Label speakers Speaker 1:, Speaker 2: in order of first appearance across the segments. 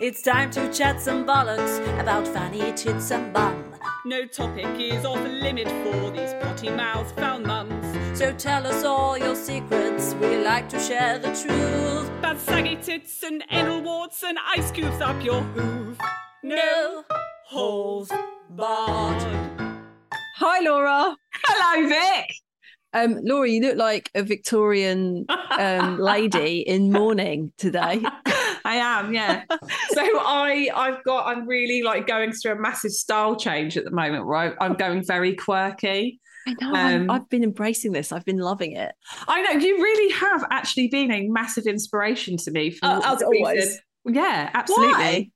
Speaker 1: It's time to chat some bollocks about fanny tits and bum.
Speaker 2: No topic is off limit for these potty mouths, foul mums.
Speaker 1: So tell us all your secrets. We like to share the truth.
Speaker 2: Bad saggy tits and anal warts and ice cubes up your hoof.
Speaker 1: No holes barred.
Speaker 3: Hi, Laura.
Speaker 4: Hello, Vic.
Speaker 3: Um, Laura, you look like a Victorian um, lady in mourning today.
Speaker 4: I am, yeah. so I, I've got, I'm really like going through a massive style change at the moment, right? I'm going very quirky.
Speaker 3: I know. I'm-
Speaker 4: Um,
Speaker 3: I've been embracing this. I've been loving it.
Speaker 4: I know you really have actually been a massive inspiration to me for
Speaker 3: Uh,
Speaker 4: what
Speaker 3: as
Speaker 4: reason-
Speaker 3: always.
Speaker 4: Yeah, absolutely.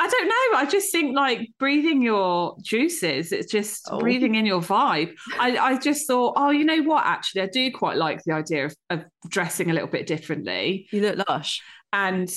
Speaker 4: I don't know. I just think like breathing your juices, it's just
Speaker 3: Oh.
Speaker 4: breathing in your vibe. I, I just thought, oh, you know what? Actually, I do quite like the idea of, of dressing a little bit differently
Speaker 3: You look lush.
Speaker 4: and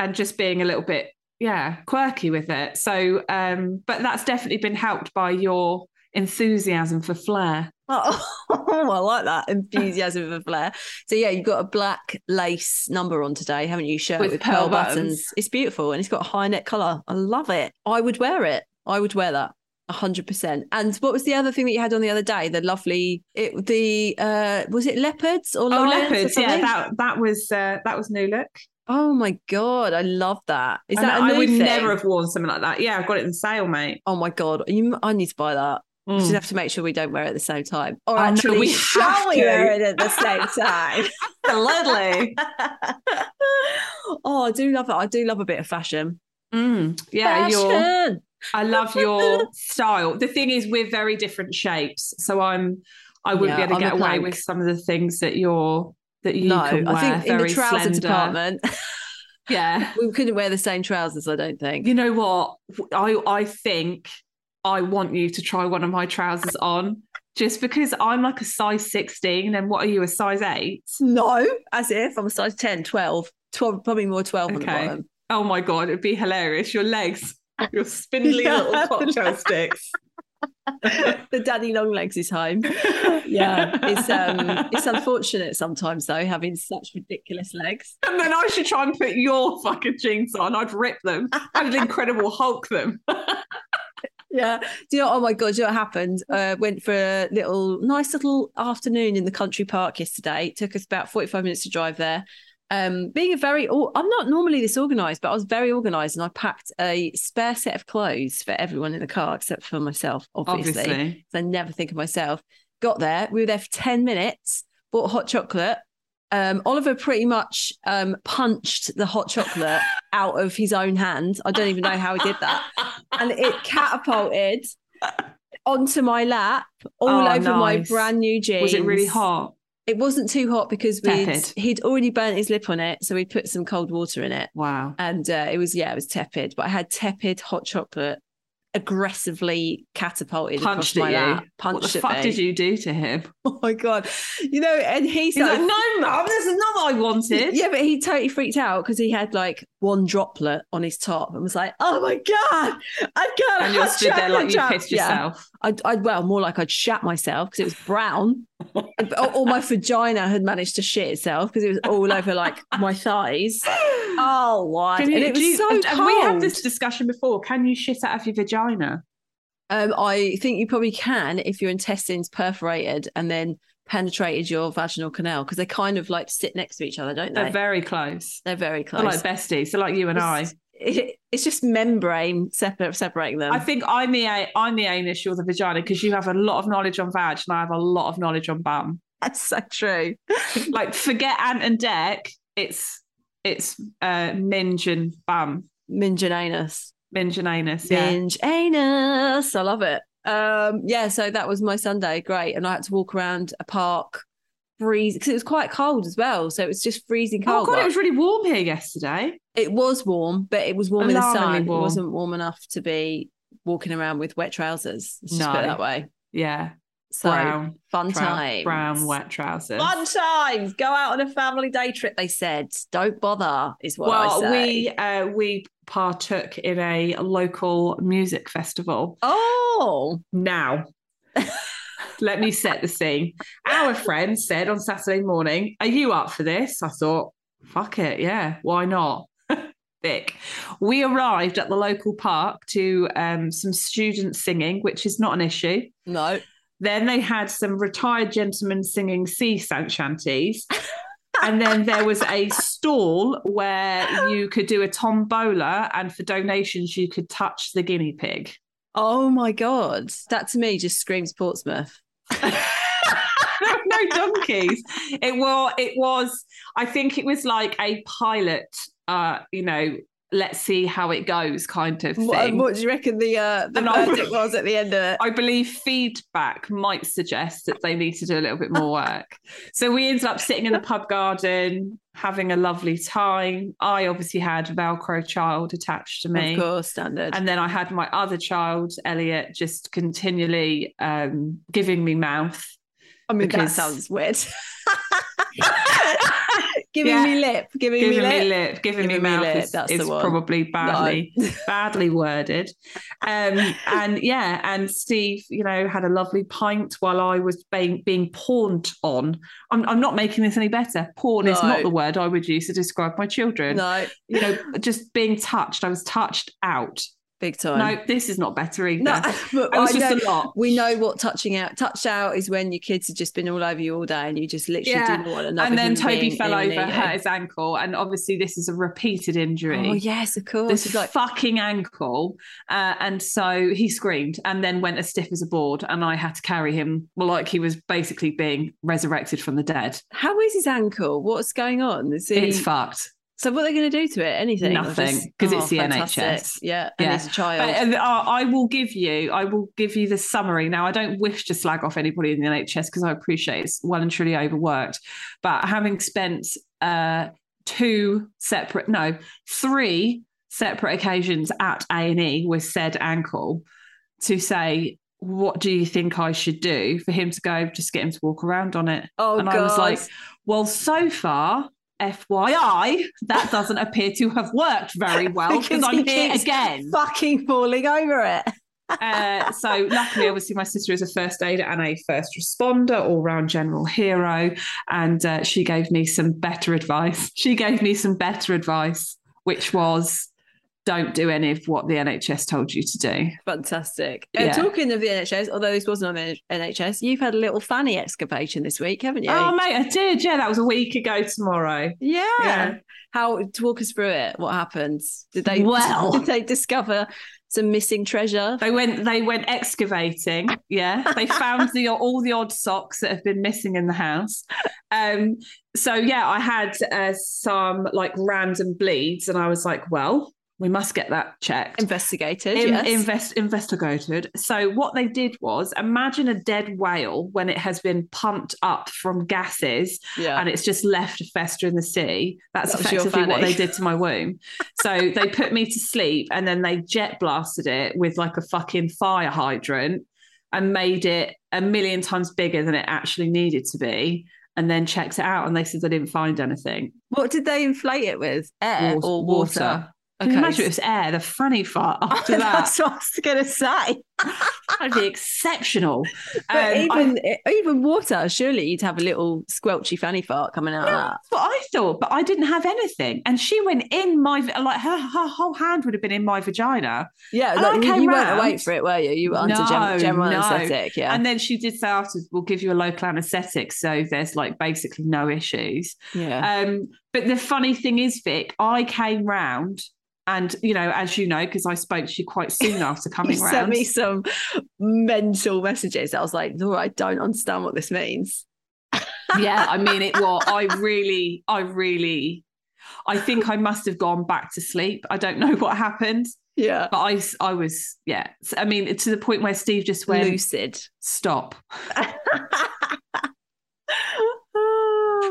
Speaker 4: and just being a little bit, yeah, quirky with it. So um, but that's definitely been helped by your enthusiasm for flair.
Speaker 3: Oh, I like that enthusiasm for flair. So yeah, you've got a black lace number on today, haven't you? Shirt with,
Speaker 4: With pearl buttons.
Speaker 3: It's beautiful and it's got a high neck collar. I love it. I would wear it. I would wear that. hundred percent. And what was the other thing that you had on the other day? The lovely, it the uh was it leopards or
Speaker 4: Oh,
Speaker 3: lions or
Speaker 4: leopards, yeah,
Speaker 3: something?
Speaker 4: that that was uh, that was new look.
Speaker 3: Oh my god, I love that. Is
Speaker 4: I
Speaker 3: that
Speaker 4: know-
Speaker 3: a
Speaker 4: I
Speaker 3: new
Speaker 4: would
Speaker 3: thing?
Speaker 4: never have worn something like that. Yeah, I've got it in sale, mate.
Speaker 3: Oh my god, you, I need to buy that. We just
Speaker 4: Mm.
Speaker 3: have to make sure we don't wear it at the same time. Or
Speaker 4: I know,
Speaker 3: actually,
Speaker 4: we have
Speaker 3: shall we
Speaker 4: to.
Speaker 3: wear it at the same time?
Speaker 4: Absolutely.
Speaker 3: oh, I do love it. I do love a bit of fashion.
Speaker 4: Mm, yeah, your
Speaker 3: Fashion!
Speaker 4: I love your style. The thing is, we're very different shapes, so I'm I wouldn't
Speaker 3: Yeah,
Speaker 4: be able to
Speaker 3: I'm a
Speaker 4: get away
Speaker 3: plank.
Speaker 4: with some of the things that you're that you
Speaker 3: no,
Speaker 4: can wear.
Speaker 3: I think in
Speaker 4: very
Speaker 3: the trouser
Speaker 4: slender.
Speaker 3: department,
Speaker 4: yeah.
Speaker 3: we couldn't wear the same trousers. I don't think.
Speaker 4: You know what? I I think I want you to try one of my trousers on, just because I'm like a size 16, and what are you a size eight?
Speaker 3: No, as if I'm a size 10, 12, 12 probably more 12 on the
Speaker 4: Okay.
Speaker 3: bottom.
Speaker 4: Oh my god, it'd be hilarious. Your legs, your spindly
Speaker 3: Yeah.
Speaker 4: little cocktail sticks.
Speaker 3: the daddy long legs is home. Yeah, it's um, it's unfortunate sometimes though having such ridiculous legs.
Speaker 4: And then I should try and put your fucking jeans on. I'd rip them. I'd incredible Hulk them.
Speaker 3: Yeah. Do you know? Oh my god! Do you know what happened? Uh, went for a little nice little afternoon in the country park yesterday. Took us about forty-five minutes to drive there. Um, being a very, or- I'm not normally this organised, but I was very organised, and I packed a spare set of clothes for everyone in the car except for myself, obviously. So I never think of myself. Got there. We were there for ten minutes. Bought hot chocolate. Um, Oliver pretty much um, punched the hot chocolate out of his own hand. I don't even know how he did that and it catapulted onto my lap, all
Speaker 4: Oh,
Speaker 3: over my
Speaker 4: nice.
Speaker 3: brand new jeans.
Speaker 4: Was it really hot?
Speaker 3: It wasn't too hot because we'd,
Speaker 4: Tepid.
Speaker 3: he'd already burnt his lip on it, so we put some cold water in it,
Speaker 4: Wow.
Speaker 3: and uh, it was yeah, it was tepid. But I had tepid hot chocolate aggressively catapulted
Speaker 4: Punched
Speaker 3: across my
Speaker 4: at you.
Speaker 3: lap. Punched
Speaker 4: What the
Speaker 3: at
Speaker 4: fuck
Speaker 3: me.
Speaker 4: did you do to him?
Speaker 3: Oh my god! You know, and he
Speaker 4: He's like,
Speaker 3: started.
Speaker 4: no, mum, this is not what I wanted.
Speaker 3: yeah, but he totally freaked out because he had like one droplet on his top and was like, "Oh my god, I can't!"
Speaker 4: And you
Speaker 3: have
Speaker 4: stood there like you
Speaker 3: chocolate
Speaker 4: pissed
Speaker 3: drop." Yeah.
Speaker 4: yourself.
Speaker 3: I'd, I'd well, more like I'd shat myself because it was brown, or, or my vagina had managed to shit itself because it was all over like my thighs. Oh, what?
Speaker 4: Can
Speaker 3: and
Speaker 4: you-
Speaker 3: it was
Speaker 4: do you-
Speaker 3: so
Speaker 4: and-
Speaker 3: cold.
Speaker 4: and we had this discussion before. Can you shit out of your vagina?
Speaker 3: Um, I think you probably can if your intestines perforated and then penetrated your vaginal canal because they kind of like sit next to each other, don't they?
Speaker 4: They're very close.
Speaker 3: They're very close.
Speaker 4: They're like besties. They're like you and I.
Speaker 3: It's- it- it's just membrane separ- separating them.
Speaker 4: I think I'm the a- I'm the anus, you're the vagina, because you have a lot of knowledge on vag, and I have a lot of knowledge on bum.
Speaker 3: That's so true.
Speaker 4: like forget Ant and Deck. It's it's uh Minge and Bam.
Speaker 3: Minginanus.
Speaker 4: Minge and Anus. Yeah.
Speaker 3: binge anus. I love it. Um, yeah, so that was my Sunday. Great. And I had to walk around a park, freeze because it was quite cold as well. So it was just freezing
Speaker 4: Oh
Speaker 3: cold.
Speaker 4: god,
Speaker 3: But
Speaker 4: it was really warm here yesterday.
Speaker 3: it was warm, but it was warm in the
Speaker 4: Alarmingly
Speaker 3: sun. It
Speaker 4: warm.
Speaker 3: wasn't warm enough to be walking around with wet trousers. Let's just put it
Speaker 4: No.
Speaker 3: that way.
Speaker 4: Yeah.
Speaker 3: So
Speaker 4: Brown.
Speaker 3: fun
Speaker 4: brown,
Speaker 3: times.
Speaker 4: brown wet trousers.
Speaker 3: Fun times. Go out on a family day trip, they said. Don't bother, is what I
Speaker 4: well,
Speaker 3: say.
Speaker 4: we uh we partook in a local music festival.
Speaker 3: Oh,
Speaker 4: Now let me set the scene. Our friend said on Saturday morning, Are you up for this? I thought, fuck it, yeah, why not? thick. We arrived at the local park to um, some students singing, which is not an issue.
Speaker 3: No.
Speaker 4: Then they had some retired gentlemen singing sea sant shanties. and then there was a stall where you could do a tombola, and for donations, you could touch the guinea pig.
Speaker 3: Oh my God. That to me just screams Portsmouth.
Speaker 4: there were no donkeys. It was. It was. I think it was like a pilot. Uh, you know, let's see how it goes, kind of thing.
Speaker 3: What, what do you reckon the, uh, the
Speaker 4: And I-
Speaker 3: verdict was at the end of it?
Speaker 4: I believe feedback might suggest that they need to do a little bit more work. so we ended up sitting in the pub garden, having a lovely time. I obviously had a Velcro child attached to me.
Speaker 3: Of course, standard.
Speaker 4: And then I had my other child, Elliot, just continually um, giving me mouth.
Speaker 3: I mean,
Speaker 4: because-
Speaker 3: that sounds weird. giving
Speaker 4: Yeah.
Speaker 3: me lip, giving,
Speaker 4: giving
Speaker 3: me lip.
Speaker 4: giving me
Speaker 3: Giving me
Speaker 4: mouth
Speaker 3: lip,
Speaker 4: is,
Speaker 3: that's
Speaker 4: is
Speaker 3: the one.
Speaker 4: probably badly badly worded um and yeah and steve you know had a lovely pint while i was being being pawned on i'm, I'm not making this any better pawn is
Speaker 3: No.
Speaker 4: not the word i would use to describe my children
Speaker 3: No,
Speaker 4: you know just being touched i was touched out
Speaker 3: big time.
Speaker 4: no this is not better either
Speaker 3: No, but
Speaker 4: it was
Speaker 3: I
Speaker 4: just a
Speaker 3: know-
Speaker 4: lot
Speaker 3: we know what touching out. Touch out is when your kids have just been all over you all day and you just literally
Speaker 4: Yeah.
Speaker 3: didn't want another.
Speaker 4: and then
Speaker 3: human
Speaker 4: toby
Speaker 3: being
Speaker 4: fell
Speaker 3: anywhere
Speaker 4: over
Speaker 3: near
Speaker 4: hurt
Speaker 3: you.
Speaker 4: his ankle and obviously this is a repeated injury
Speaker 3: Oh yes, of course.
Speaker 4: this
Speaker 3: It's like
Speaker 4: fucking ankle. Uh, and so he screamed and then went as stiff as a board. And I had to carry him well, like he was basically being resurrected from the dead.
Speaker 3: how is his ankle? What's going on? Is he,
Speaker 4: It's fucked.
Speaker 3: so what are they going to do to it? Anything? Or
Speaker 4: Nothing,
Speaker 3: just- oh,
Speaker 4: 'cause it's the
Speaker 3: fantastic.
Speaker 4: NHS.
Speaker 3: Yeah, and
Speaker 4: Yeah.
Speaker 3: he's a child.
Speaker 4: But, uh, I I will give you, I will give you the summary. Now, I don't wish to slag off anybody in the NHS because I appreciate it's well and truly overworked. But having spent uh, two separate, no, three separate occasions at A and E with said ankle to say, "What do you think I should do?" For him to go, just get him to walk around on it.
Speaker 3: oh
Speaker 4: and
Speaker 3: god!
Speaker 4: I was like, "Well, so far." FYI, that doesn't appear to have worked very well
Speaker 3: Because
Speaker 4: because
Speaker 3: he
Speaker 4: I'm here
Speaker 3: keeps
Speaker 4: again
Speaker 3: fucking falling over it.
Speaker 4: uh, so luckily, obviously, my sister is a first aider and a first responder, all-round general hero, and uh, she gave me some better advice. She gave me some better advice, which was, don't do any of what the NHS told you to do.
Speaker 3: Fantastic. Uh,
Speaker 4: Yeah.
Speaker 3: Talking of the NHS, although this wasn't on the NHS, you've had a little fanny excavation this week, haven't you?
Speaker 4: Oh, mate, I did. Yeah, that was a week ago tomorrow.
Speaker 3: yeah.
Speaker 4: yeah.
Speaker 3: How to walk us through it? What happened? Did they
Speaker 4: Well.
Speaker 3: did they discover some missing treasure?
Speaker 4: They went. They went excavating. Yeah, they found the all the odd socks that have been missing in the house. Um, so yeah, I had uh, some like random bleeds, and I was like, well, we must get that checked.
Speaker 3: Investigated.
Speaker 4: In-
Speaker 3: yes.
Speaker 4: invest, investigated. So what they did was imagine a dead whale when it has been pumped up from gases
Speaker 3: yeah.
Speaker 4: and it's just left to fester in the sea. That's
Speaker 3: That was your
Speaker 4: effectively what
Speaker 3: fanny.
Speaker 4: they did to my womb. So they put me to sleep and then they jet blasted it with like a fucking fire hydrant and made it a million times bigger than it actually needed to be. And then checked it out and they said they didn't find anything.
Speaker 3: what did they inflate it with? Air
Speaker 4: Wa-
Speaker 3: or water?
Speaker 4: Can you imagine if it was air, the fanny fart after that?
Speaker 3: That's what I was gonna say.
Speaker 4: That'd be exceptional.
Speaker 3: But
Speaker 4: Um, I-
Speaker 3: even even water, surely you'd have a little squelchy fanny fart coming out of that.
Speaker 4: That's what I thought, but I didn't have anything. And she went in my like her her whole hand would have been in my vagina.
Speaker 3: Yeah,
Speaker 4: And
Speaker 3: like
Speaker 4: I
Speaker 3: you,
Speaker 4: came
Speaker 3: you weren't
Speaker 4: round.
Speaker 3: awake for it, were you? You were under gen-
Speaker 4: No,
Speaker 3: general
Speaker 4: no.
Speaker 3: anaesthetic, yeah.
Speaker 4: And then she did say afterwards, "We'll give you a local anaesthetic, so there's like basically no issues."
Speaker 3: yeah.
Speaker 4: Um, but the funny thing is, Vic, I came round, and you know, as you know, because I spoke to you quite soon after
Speaker 3: You
Speaker 4: coming
Speaker 3: sent
Speaker 4: round.
Speaker 3: me some mental messages. I was like, Laura, I don't understand what this means.
Speaker 4: yeah, I mean, it was. I really, I really, I think I must have gone back to sleep. I don't know what happened.
Speaker 3: Yeah.
Speaker 4: But I, s- I was, yeah. So, I mean, to the point where Steve just went,
Speaker 3: Lucid.
Speaker 4: stop.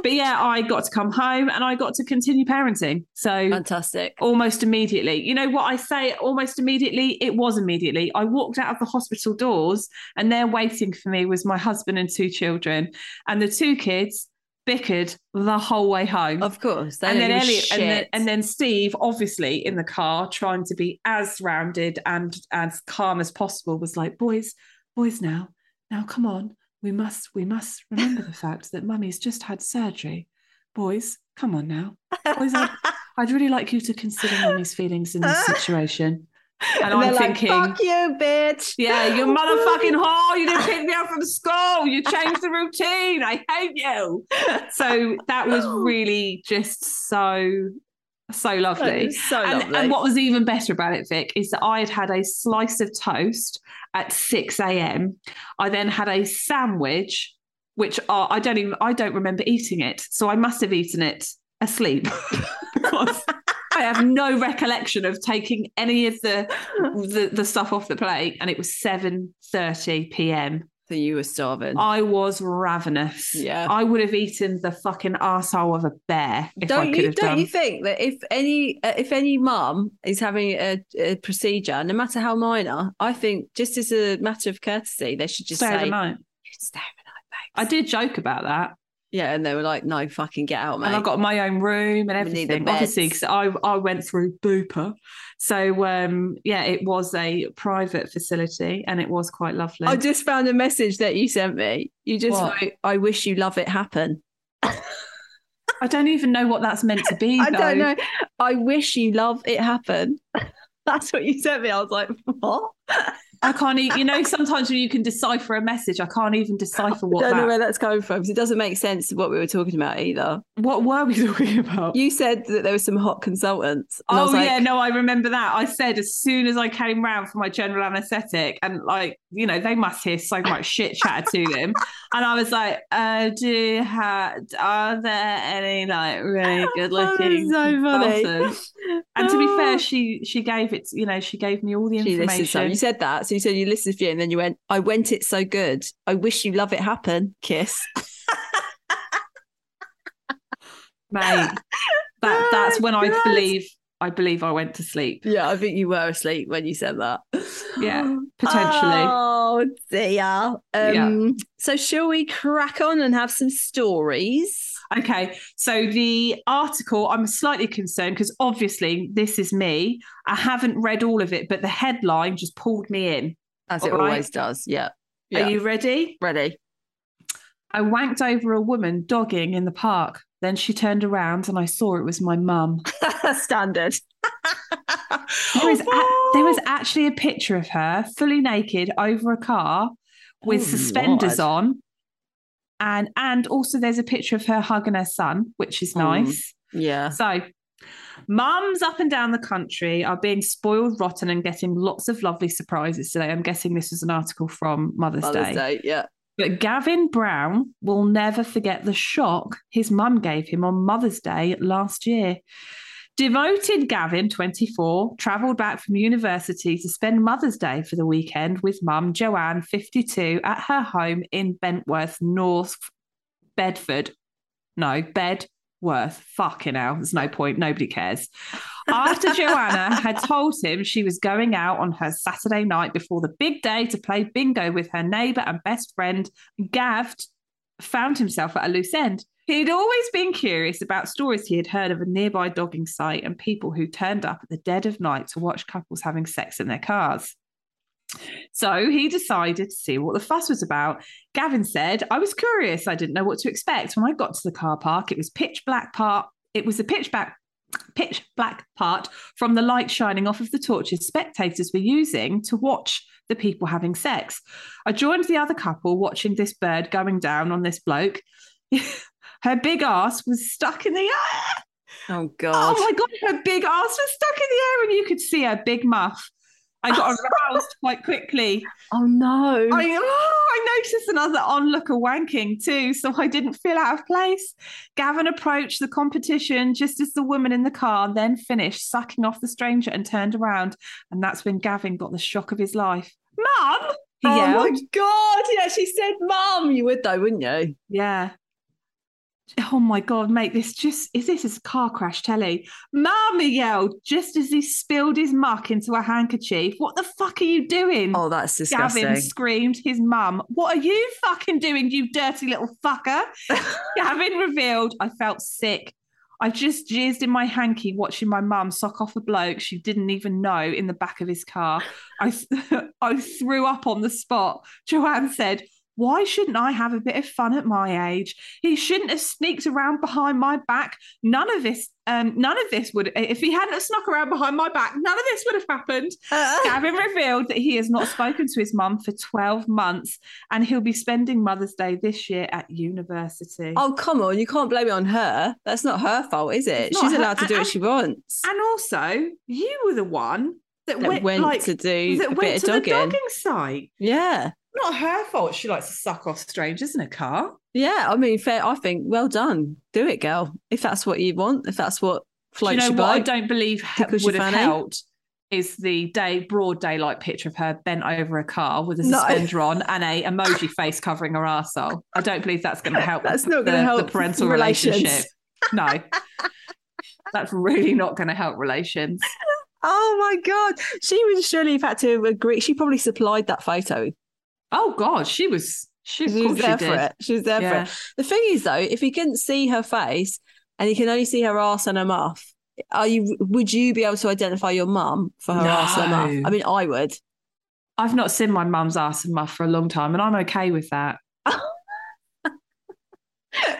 Speaker 4: But yeah, I got to come home and I got to continue parenting. So
Speaker 3: Fantastic.
Speaker 4: almost immediately, you know what I say? Almost immediately, it was immediately. I walked out of the hospital doors and there waiting for me was my husband and two children. And the two kids bickered the whole way home.
Speaker 3: Of course. They
Speaker 4: and then
Speaker 3: don't give a
Speaker 4: Elliot, and then,
Speaker 3: shit.
Speaker 4: and then Steve, obviously in the car, trying to be as rounded and as calm as possible, was like, "Boys, boys, now, now, come on, we must, we must remember the fact that Mummy's just had surgery. Boys, come on now, boys, I, I'd really like you to consider Mummy's feelings in this situation. And,
Speaker 3: And
Speaker 4: I'm
Speaker 3: they're
Speaker 4: thinking,
Speaker 3: like, fuck you, bitch.
Speaker 4: yeah, you motherfucking whore. You didn't pick me up from school. You changed the routine. I hate you. So that was really just so, so
Speaker 3: That
Speaker 4: lovely.
Speaker 3: is so
Speaker 4: And,
Speaker 3: lovely.
Speaker 4: and what was even better about it, Vic, is that I had had a slice of toast at 6 a.m. I then had a sandwich, which I I don't even, I don't remember eating it. So I must have eaten it asleep because I have no recollection of taking any of the, the, the stuff off the plate. And it was 7.30 p.m.
Speaker 3: So you were starving.
Speaker 4: I was ravenous.
Speaker 3: Yeah.
Speaker 4: I would have eaten the fucking arsehole of a bear if I
Speaker 3: don't
Speaker 4: could
Speaker 3: you
Speaker 4: have
Speaker 3: don't
Speaker 4: done.
Speaker 3: you think that if any uh, if any mum is having a, a procedure, no matter how minor, I think just as a matter of courtesy, they should just
Speaker 4: Stay
Speaker 3: say,
Speaker 4: overnight.
Speaker 3: "Stay overnight,
Speaker 4: I
Speaker 3: babes."
Speaker 4: did joke about that.
Speaker 3: yeah, and they were like, "No, fucking get out, mate."
Speaker 4: and I got my own room and
Speaker 3: We need the
Speaker 4: everything.
Speaker 3: beds.
Speaker 4: Obviously, because I I went through Booper, so um yeah, it was a private facility and it was quite lovely.
Speaker 3: I just found a message that you sent me. You just
Speaker 4: What?
Speaker 3: wrote, "I wish you love it happen."
Speaker 4: I don't even know what that's meant to be.
Speaker 3: I
Speaker 4: though.
Speaker 3: don't know. I wish you love it happen. That's what you sent me. I was like, "What?"
Speaker 4: I can't even. You know, sometimes when you can decipher a message, I can't even decipher what
Speaker 3: don't know
Speaker 4: that,
Speaker 3: where that's coming from. 'cause It doesn't make sense to what we were talking about either.
Speaker 4: what were we talking about.
Speaker 3: You said that there were some hot consultants. and I
Speaker 4: Oh
Speaker 3: was like,
Speaker 4: yeah, no, I remember that. I said as soon as I came round for my general anaesthetic, and like you know, they must hear so much shit chatted to them, and I was like, uh, "Do you ha- are there any like really good looking?"
Speaker 3: so funny.
Speaker 4: bastards?" And to be fair,
Speaker 3: Oh.
Speaker 4: she she gave it. You know, she gave me all the
Speaker 3: She listened to you.
Speaker 4: information.
Speaker 3: You said that. So you said you listened to you and then you went, I went it so good. I wish you love it happen. Kiss.
Speaker 4: Mate, that that's
Speaker 3: Oh,
Speaker 4: when I
Speaker 3: God.
Speaker 4: believe I believe I went to sleep
Speaker 3: Yeah, I think you were asleep when you said that.
Speaker 4: Yeah, potentially.
Speaker 3: Oh dear. Um
Speaker 4: Yeah.
Speaker 3: so shall we crack on and have some stories?
Speaker 4: Okay, so the article, I'm slightly concerned because obviously this is me. I haven't read all of it, but the headline just pulled me in.
Speaker 3: As it
Speaker 4: All right.
Speaker 3: always does. Yeah.
Speaker 4: Are you ready?
Speaker 3: ready?
Speaker 4: I wanked over a woman dogging in the park. Then she turned around and I saw it was my mum.
Speaker 3: Standard.
Speaker 4: There was, a- there was actually a picture of her fully naked over a car with
Speaker 3: Oh,
Speaker 4: suspenders
Speaker 3: Lord.
Speaker 4: on. And and also there's a picture of her hugging her son, which is
Speaker 3: Hmm.
Speaker 4: nice.
Speaker 3: Yeah.
Speaker 4: So, mums up and down the country are being spoiled rotten and getting lots of lovely surprises today. I'm guessing this is an article from Mother's,
Speaker 3: Mother's
Speaker 4: Day.
Speaker 3: Day. Yeah.
Speaker 4: But Gavin Brown will never forget the shock his mum gave him on Mother's Day last year. Devoted Gavin, 24, travelled back from university to spend Mother's Day for the weekend with mum Joanne, 52, at her home in Bentworth, North Bedford. No, Bedworth. Fucking hell. There's no point. Nobody cares. After Joanna had told him she was going out on her Saturday night before the big day to play bingo with her neighbour and best friend, Gav t- found himself at a loose end. He'd always been curious about stories he had heard of a nearby dogging site and people who turned up at the dead of night to watch couples having sex in their cars. So he decided to see what the fuss was about. Gavin said, I was curious. I didn't know what to expect. When I got to the car park, it was pitch black part. It was the pitch black pitch black part from the light shining off of the torches spectators were using to watch the people having sex. I joined the other couple watching this bird going down on this bloke. her big ass was stuck in the air.
Speaker 3: Oh
Speaker 4: Oh
Speaker 3: God.
Speaker 4: my god, her big ass was stuck in the air, and you could see her big muff. I got aroused quite quickly.
Speaker 3: oh no.
Speaker 4: I, oh, I noticed another onlooker wanking too, so I didn't feel out of place. Gavin approached the competition just as the woman in the car then finished sucking off the stranger and turned around. And that's when Gavin got the shock of his life. Mum! He
Speaker 3: Oh
Speaker 4: yelled.
Speaker 3: my god! Yeah, she said, "Mum, you would though, wouldn't you?"
Speaker 4: Yeah. Oh my God, mate, this just is this is car crash telly. Mum, he yelled just as he spilled his muck into a handkerchief. What the fuck are you doing?
Speaker 3: Oh, that's disgusting.
Speaker 4: Gavin screamed his mum, What are you fucking doing, you dirty little fucker? Gavin revealed, I felt sick. I just jizzed in my hanky watching my mum sock off a bloke she didn't even know in the back of his car. I, I threw up on the spot. Joanne said, Why shouldn't I have a bit of fun at my age? He shouldn't have sneaked around behind my back. None of this, um, none of this would, if he hadn't have snuck around behind my back, none of this would have happened. Gavin revealed that he has not spoken to his mum for 12 months and he'll be spending Mother's Day this year at university.
Speaker 3: Oh, come on. You can't blame it on her. That's not her fault, is it?
Speaker 4: It's not
Speaker 3: She's
Speaker 4: her-
Speaker 3: allowed to do
Speaker 4: and-
Speaker 3: what she wants.
Speaker 4: And also, you were the one that,
Speaker 3: That
Speaker 4: went,
Speaker 3: went
Speaker 4: like,
Speaker 3: to do
Speaker 4: that
Speaker 3: a
Speaker 4: went
Speaker 3: bit of
Speaker 4: to
Speaker 3: dogging.
Speaker 4: the dogging site.
Speaker 3: Yeah.
Speaker 4: Not her fault. She likes to suck off strangers in a car.
Speaker 3: Yeah. I mean, fair. I think, well done. Do it, girl. If that's what you want, if that's what
Speaker 4: Do
Speaker 3: floats
Speaker 4: you know
Speaker 3: your
Speaker 4: what I
Speaker 3: boat.
Speaker 4: don't believe he-
Speaker 3: Tickles your
Speaker 4: would have
Speaker 3: fanny?
Speaker 4: helped is the day broad daylight picture of her bent over a car with a
Speaker 3: No.
Speaker 4: suspender on and a emoji face covering her arsehole. I don't believe that's going to help.
Speaker 3: That's not
Speaker 4: the,
Speaker 3: going to help
Speaker 4: the parental
Speaker 3: relations.
Speaker 4: relationship. No, that's really not going to help relations.
Speaker 3: Oh my God. She would surely have had to agree. She probably supplied that photo.
Speaker 4: Oh God, she was. She, of
Speaker 3: She was
Speaker 4: course
Speaker 3: there
Speaker 4: she
Speaker 3: for
Speaker 4: did.
Speaker 3: it. She was there for it.
Speaker 4: Yeah.
Speaker 3: The thing is, though, if you couldn't see her face and you can only see her arse and her muff, are you? Would you be able to identify your mum for her arse and her muff?
Speaker 4: No.
Speaker 3: I mean, I would.
Speaker 4: I've not seen my mum's ass and muff for a long time, and I'm okay with that.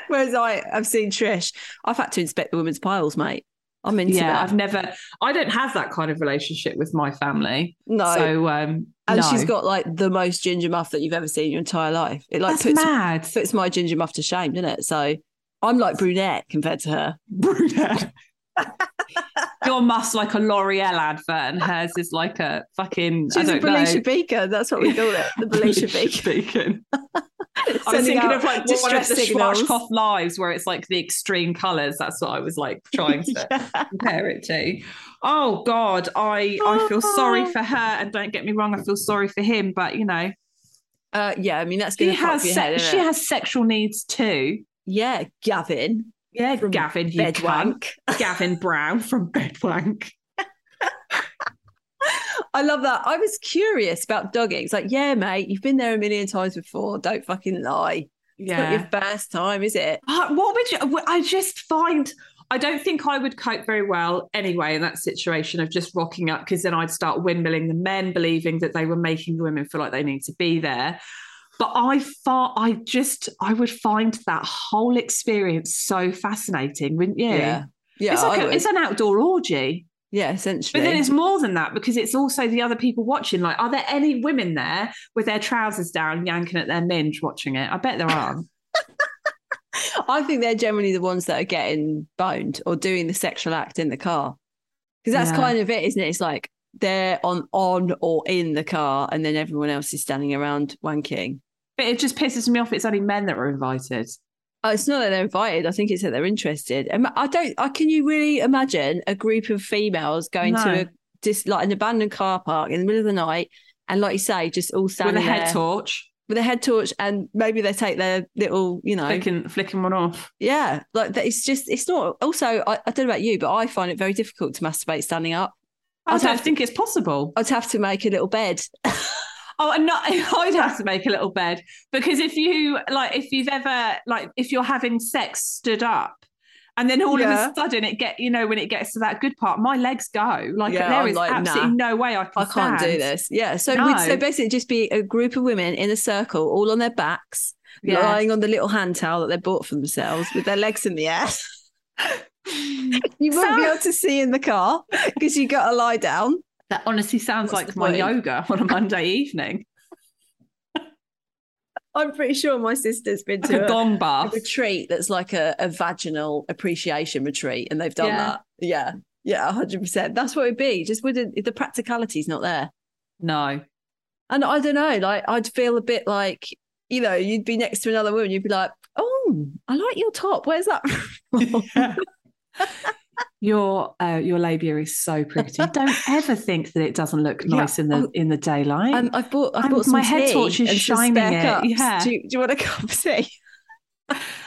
Speaker 3: Whereas I, I've seen Trish. I've had to inspect the women's piles, mate. I'm into
Speaker 4: yeah,
Speaker 3: that.
Speaker 4: I've never. I don't have that kind of relationship with my family.
Speaker 3: no,
Speaker 4: So um,
Speaker 3: and
Speaker 4: no.
Speaker 3: she's got like the most ginger muff that you've ever seen in your entire life. It like
Speaker 4: That's
Speaker 3: puts
Speaker 4: mad.
Speaker 3: puts my ginger muff to shame, doesn't it? So I'm like brunette compared to her.
Speaker 4: Brunette. Your muff's like a L'Oreal advert, and hers is like a fucking.
Speaker 3: She's
Speaker 4: I
Speaker 3: a
Speaker 4: don't know.
Speaker 3: Belisha Beacon. That's what we call it. The Belisha Beacon.
Speaker 4: Beacon. I was
Speaker 3: Sending
Speaker 4: thinking
Speaker 3: out
Speaker 4: of like one of
Speaker 3: distress
Speaker 4: the
Speaker 3: signals.
Speaker 4: Schwarzkopf lives where it's like the extreme colours. That's what I was like trying to compare it to. Oh God, I I feel sorry for her, and don't get me wrong, I feel sorry for him, but you know
Speaker 3: Uh, yeah, I mean that's
Speaker 4: she
Speaker 3: going to pop
Speaker 4: has
Speaker 3: your
Speaker 4: se-
Speaker 3: head.
Speaker 4: she
Speaker 3: innit?
Speaker 4: has sexual needs too.
Speaker 3: yeah, Gavin.
Speaker 4: Yeah,
Speaker 3: From
Speaker 4: Gavin, you cunt.
Speaker 3: Bedwank.
Speaker 4: Gavin Brown from Bedwank.
Speaker 3: I love that. I was curious about dogging. It's like, yeah, mate, you've been there a million times before. Don't fucking lie. It's not your first time, is it?
Speaker 4: Uh, what would you? w- I just find I don't think I would cope very well anyway in that situation of just rocking up because then I'd start windmilling the men, believing that they were making the women feel like they need to be there. But I thought I just I would find that whole experience so fascinating, wouldn't you?
Speaker 3: Yeah. Yeah,
Speaker 4: it's like
Speaker 3: I
Speaker 4: a,
Speaker 3: would.
Speaker 4: it's an outdoor orgy.
Speaker 3: yeah,
Speaker 4: But
Speaker 3: essentially.
Speaker 4: then it's more than that because it's also the other people watching. Like, are there any women there with their trousers down, yanking at their minge watching it? I bet there aren't.
Speaker 3: I think they're generally the ones that are getting boned or doing the sexual act in the car. Because that's
Speaker 4: Yeah.
Speaker 3: kind of it, isn't it? It's like they're on on or in the car and then everyone else is standing around wanking.
Speaker 4: but it just pisses me off. It's only men that were invited.
Speaker 3: Oh, it's not that they're invited. I think it's that they're interested. Ima- I don't. I can you really imagine a group of females going to
Speaker 4: No.
Speaker 3: a just like an abandoned car park in the middle of the night, and like you say, just all standing
Speaker 4: with a head
Speaker 3: there
Speaker 4: torch,
Speaker 3: with a head torch, and maybe they take their little, you know,
Speaker 4: flicking flicking one off.
Speaker 3: yeah, like that. It's just it's not. Also, I, I don't know about you, but I find it very difficult to masturbate standing up.
Speaker 4: I
Speaker 3: I'd
Speaker 4: don't
Speaker 3: have to-
Speaker 4: think it's possible.
Speaker 3: I'd have to make a little bed.
Speaker 4: Oh, and not, I'd have to make a little bed because if you like, if you've ever like, if you're having sex stood up. And then all
Speaker 3: Yeah.
Speaker 4: of a sudden, it get you know when it gets to that good part, my legs go like
Speaker 3: Yeah,
Speaker 4: there
Speaker 3: I'm
Speaker 4: is
Speaker 3: like,
Speaker 4: absolutely no way I can.
Speaker 3: I can't do
Speaker 4: stand.
Speaker 3: this. Yeah. So we'd, so
Speaker 4: No.
Speaker 3: basically, it'd just be a group of women in a circle, all on their backs,
Speaker 4: Yeah.
Speaker 3: lying on the little hand towel that they bought for themselves with their legs in the air. you won't be
Speaker 4: Sounds-
Speaker 3: able to see in the car because you got to lie down.
Speaker 4: That honestly sounds
Speaker 3: What's
Speaker 4: like
Speaker 3: the
Speaker 4: my
Speaker 3: point?
Speaker 4: yoga on a Monday evening,
Speaker 3: I'm pretty sure my sister's been
Speaker 4: like
Speaker 3: to
Speaker 4: a
Speaker 3: a,
Speaker 4: gong
Speaker 3: a
Speaker 4: bath.
Speaker 3: retreat that's like a, a vaginal appreciation retreat, and they've done
Speaker 4: Yeah.
Speaker 3: that. Yeah. Yeah, 100%. That's what it'd be. Just wouldn't, the practicality's not there.
Speaker 4: No,
Speaker 3: And I don't know, like I'd feel a bit like, you know, you'd be next to another woman, you'd be like, oh, I like your top. Where's that? from?"
Speaker 4: your uh, your labia is so pretty. Don't ever think that it doesn't look
Speaker 3: Yeah.
Speaker 4: nice in the
Speaker 3: Oh.
Speaker 4: in the daylight.
Speaker 3: um, I've bought, I've
Speaker 4: I'm-
Speaker 3: bought some
Speaker 4: my head
Speaker 3: tea
Speaker 4: torch is
Speaker 3: and some
Speaker 4: shining
Speaker 3: spare
Speaker 4: it,
Speaker 3: cups.
Speaker 4: yeah.
Speaker 3: Do, you, do you want a cup of tea?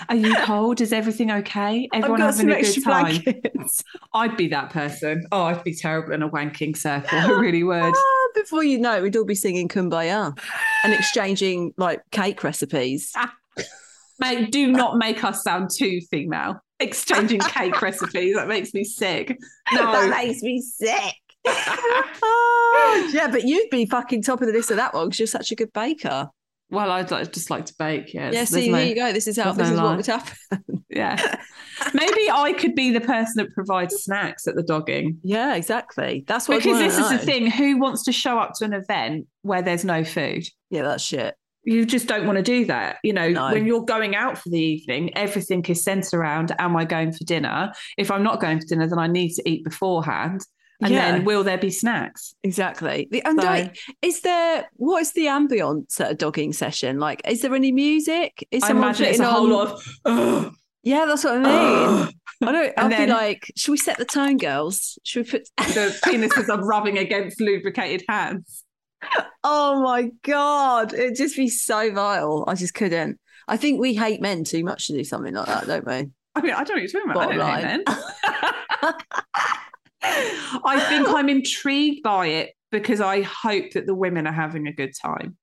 Speaker 4: Are you cold? Is everything okay? Everyone
Speaker 3: I've
Speaker 4: having
Speaker 3: got some
Speaker 4: a good
Speaker 3: extra
Speaker 4: time?
Speaker 3: blankets.
Speaker 4: I'd be that person. Oh, I'd be terrible in a wanking circle. I really would.
Speaker 3: Ah, Before you know it, we'd all be singing Kumbaya and exchanging like cake recipes.
Speaker 4: Mate, do not make us sound too female. Exchanging cake recipes. That makes me sick. No.
Speaker 3: makes me sick. yeah, but you'd be fucking top of the list of that one because you're such a good baker.
Speaker 4: Well, I'd like, just like to bake. Yeah.
Speaker 3: yeah,
Speaker 4: It's-
Speaker 3: see,
Speaker 4: there's no-
Speaker 3: here you go. This is how
Speaker 4: there's
Speaker 3: this
Speaker 4: no
Speaker 3: is
Speaker 4: lie.
Speaker 3: what would happen.
Speaker 4: yeah. Maybe I could be the person that provides snacks at the dogging.
Speaker 3: Yeah, exactly. That's what I'd
Speaker 4: Because
Speaker 3: wanna
Speaker 4: this is the
Speaker 3: know.
Speaker 4: thing who wants to show up to an event where there's no food?
Speaker 3: Yeah, that's shit.
Speaker 4: you just don't want to do that. You know,
Speaker 3: No.
Speaker 4: when you're going out for the evening, everything is centered around am I going for dinner? If I'm not going for dinner, then I need to eat beforehand. And
Speaker 3: yeah,
Speaker 4: then will there be snacks?
Speaker 3: exactly. The, and
Speaker 4: So-
Speaker 3: like, is there what is the ambience at a dogging session like? Is there any music? Is
Speaker 4: I
Speaker 3: someone
Speaker 4: imagine it's a
Speaker 3: putting
Speaker 4: whole
Speaker 3: on-
Speaker 4: lot of "Ugh,
Speaker 3: Yeah, that's what I mean.
Speaker 4: ugh."
Speaker 3: I don't. I'll
Speaker 4: And
Speaker 3: be
Speaker 4: then-
Speaker 3: like, should we set the tone, girls? Should we put?
Speaker 4: the penises are rubbing against lubricated hands.
Speaker 3: Oh my god, it'd just be so vile. I just couldn't. I think we hate men too much to do something like that, don't we?
Speaker 4: I mean, I don't know what you're talking about.
Speaker 3: Bottom
Speaker 4: I don't know, man. I think I'm intrigued by it because I hope that the women are having a good time.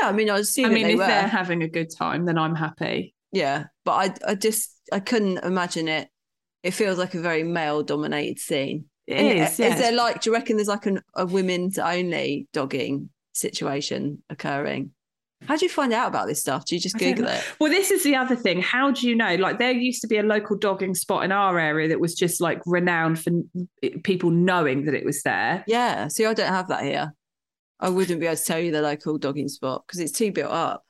Speaker 3: Yeah, I mean, I assume
Speaker 4: I mean,
Speaker 3: they
Speaker 4: if
Speaker 3: were.
Speaker 4: they're having a good time, then I'm happy.
Speaker 3: Yeah, but I, I just, I couldn't imagine it. It feels like a very male-dominated scene.
Speaker 4: It
Speaker 3: And uh,
Speaker 4: is. yes.
Speaker 3: is there like? Do you reckon there's like an, a women's only dogging situation occurring? How do you find out about this stuff? Do you just
Speaker 4: I don't
Speaker 3: Google
Speaker 4: know.
Speaker 3: it?
Speaker 4: Well, this is the other thing. How do you know? Like, there used to be a local dogging spot in our area that was just like renowned for n- people knowing that it was there.
Speaker 3: Yeah. See, I don't have that here. I wouldn't be able to tell you the local dogging spot because it's too built up.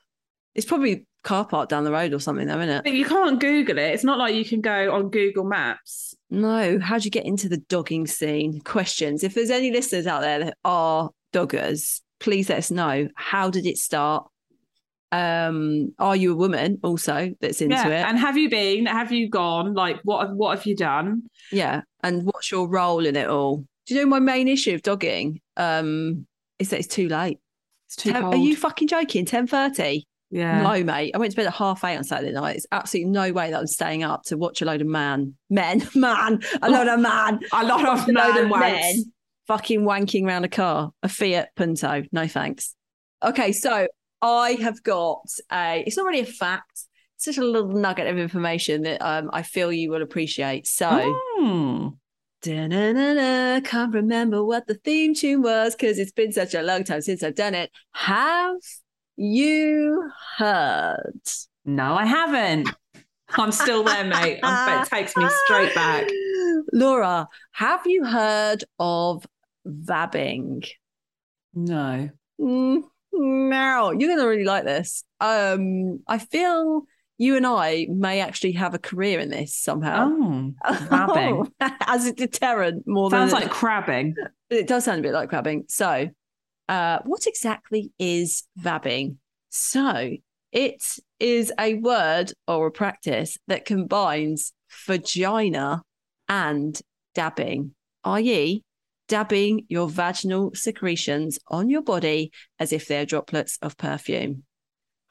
Speaker 3: It's probably car park down the road or something, though, isn't it?
Speaker 4: But you can't Google it. It's not like you can go on Google Maps.
Speaker 3: No. How do you get into the dogging scene? Questions. If there's any listeners out there that are doggers, please let us know. How did it start? Um, are you a woman also that's into it?
Speaker 4: And have you been? Have you gone? Like, what? What have you done?
Speaker 3: Yeah. And what's your role in it all? Do you know my main issue of dogging? Um, is that it's too late.
Speaker 4: It's too
Speaker 3: Ten-
Speaker 4: cold.
Speaker 3: are you fucking joking? Ten thirty?
Speaker 4: yeah.
Speaker 3: No, mate. I went to bed at half eight on Saturday night. It's absolutely no way that I'm staying up to watch a load of man, men, man, a load of man,
Speaker 4: a lot of
Speaker 3: a load
Speaker 4: man
Speaker 3: of
Speaker 4: wanks.
Speaker 3: men fucking wanking round a car, a Fiat Punto. No thanks. Okay, so I have got a. It's not really a fact. It's just a little nugget of information that um, I feel you will appreciate. So.
Speaker 4: Mm.
Speaker 3: Da-na-na-na, can't remember what the theme tune was because it's been such a long time since I've done it. Have you heard?
Speaker 4: No, I haven't. I'm still there, mate. I'm, but it takes me straight back.
Speaker 3: Laura, have you heard of vabbing?
Speaker 4: No.
Speaker 3: Mm, no, you're going to really like this. Um, I feel you and I may actually have a career in this somehow.
Speaker 4: Oh, vabbing.
Speaker 3: As a deterrent more
Speaker 4: sounds
Speaker 3: than
Speaker 4: like crabbing.
Speaker 3: It does sound a bit like crabbing. So, uh, what exactly is vabbing? So, it is a word or a practice that combines vagina and dabbing, i.e., dabbing your vaginal secretions on your body as if they're droplets of perfume.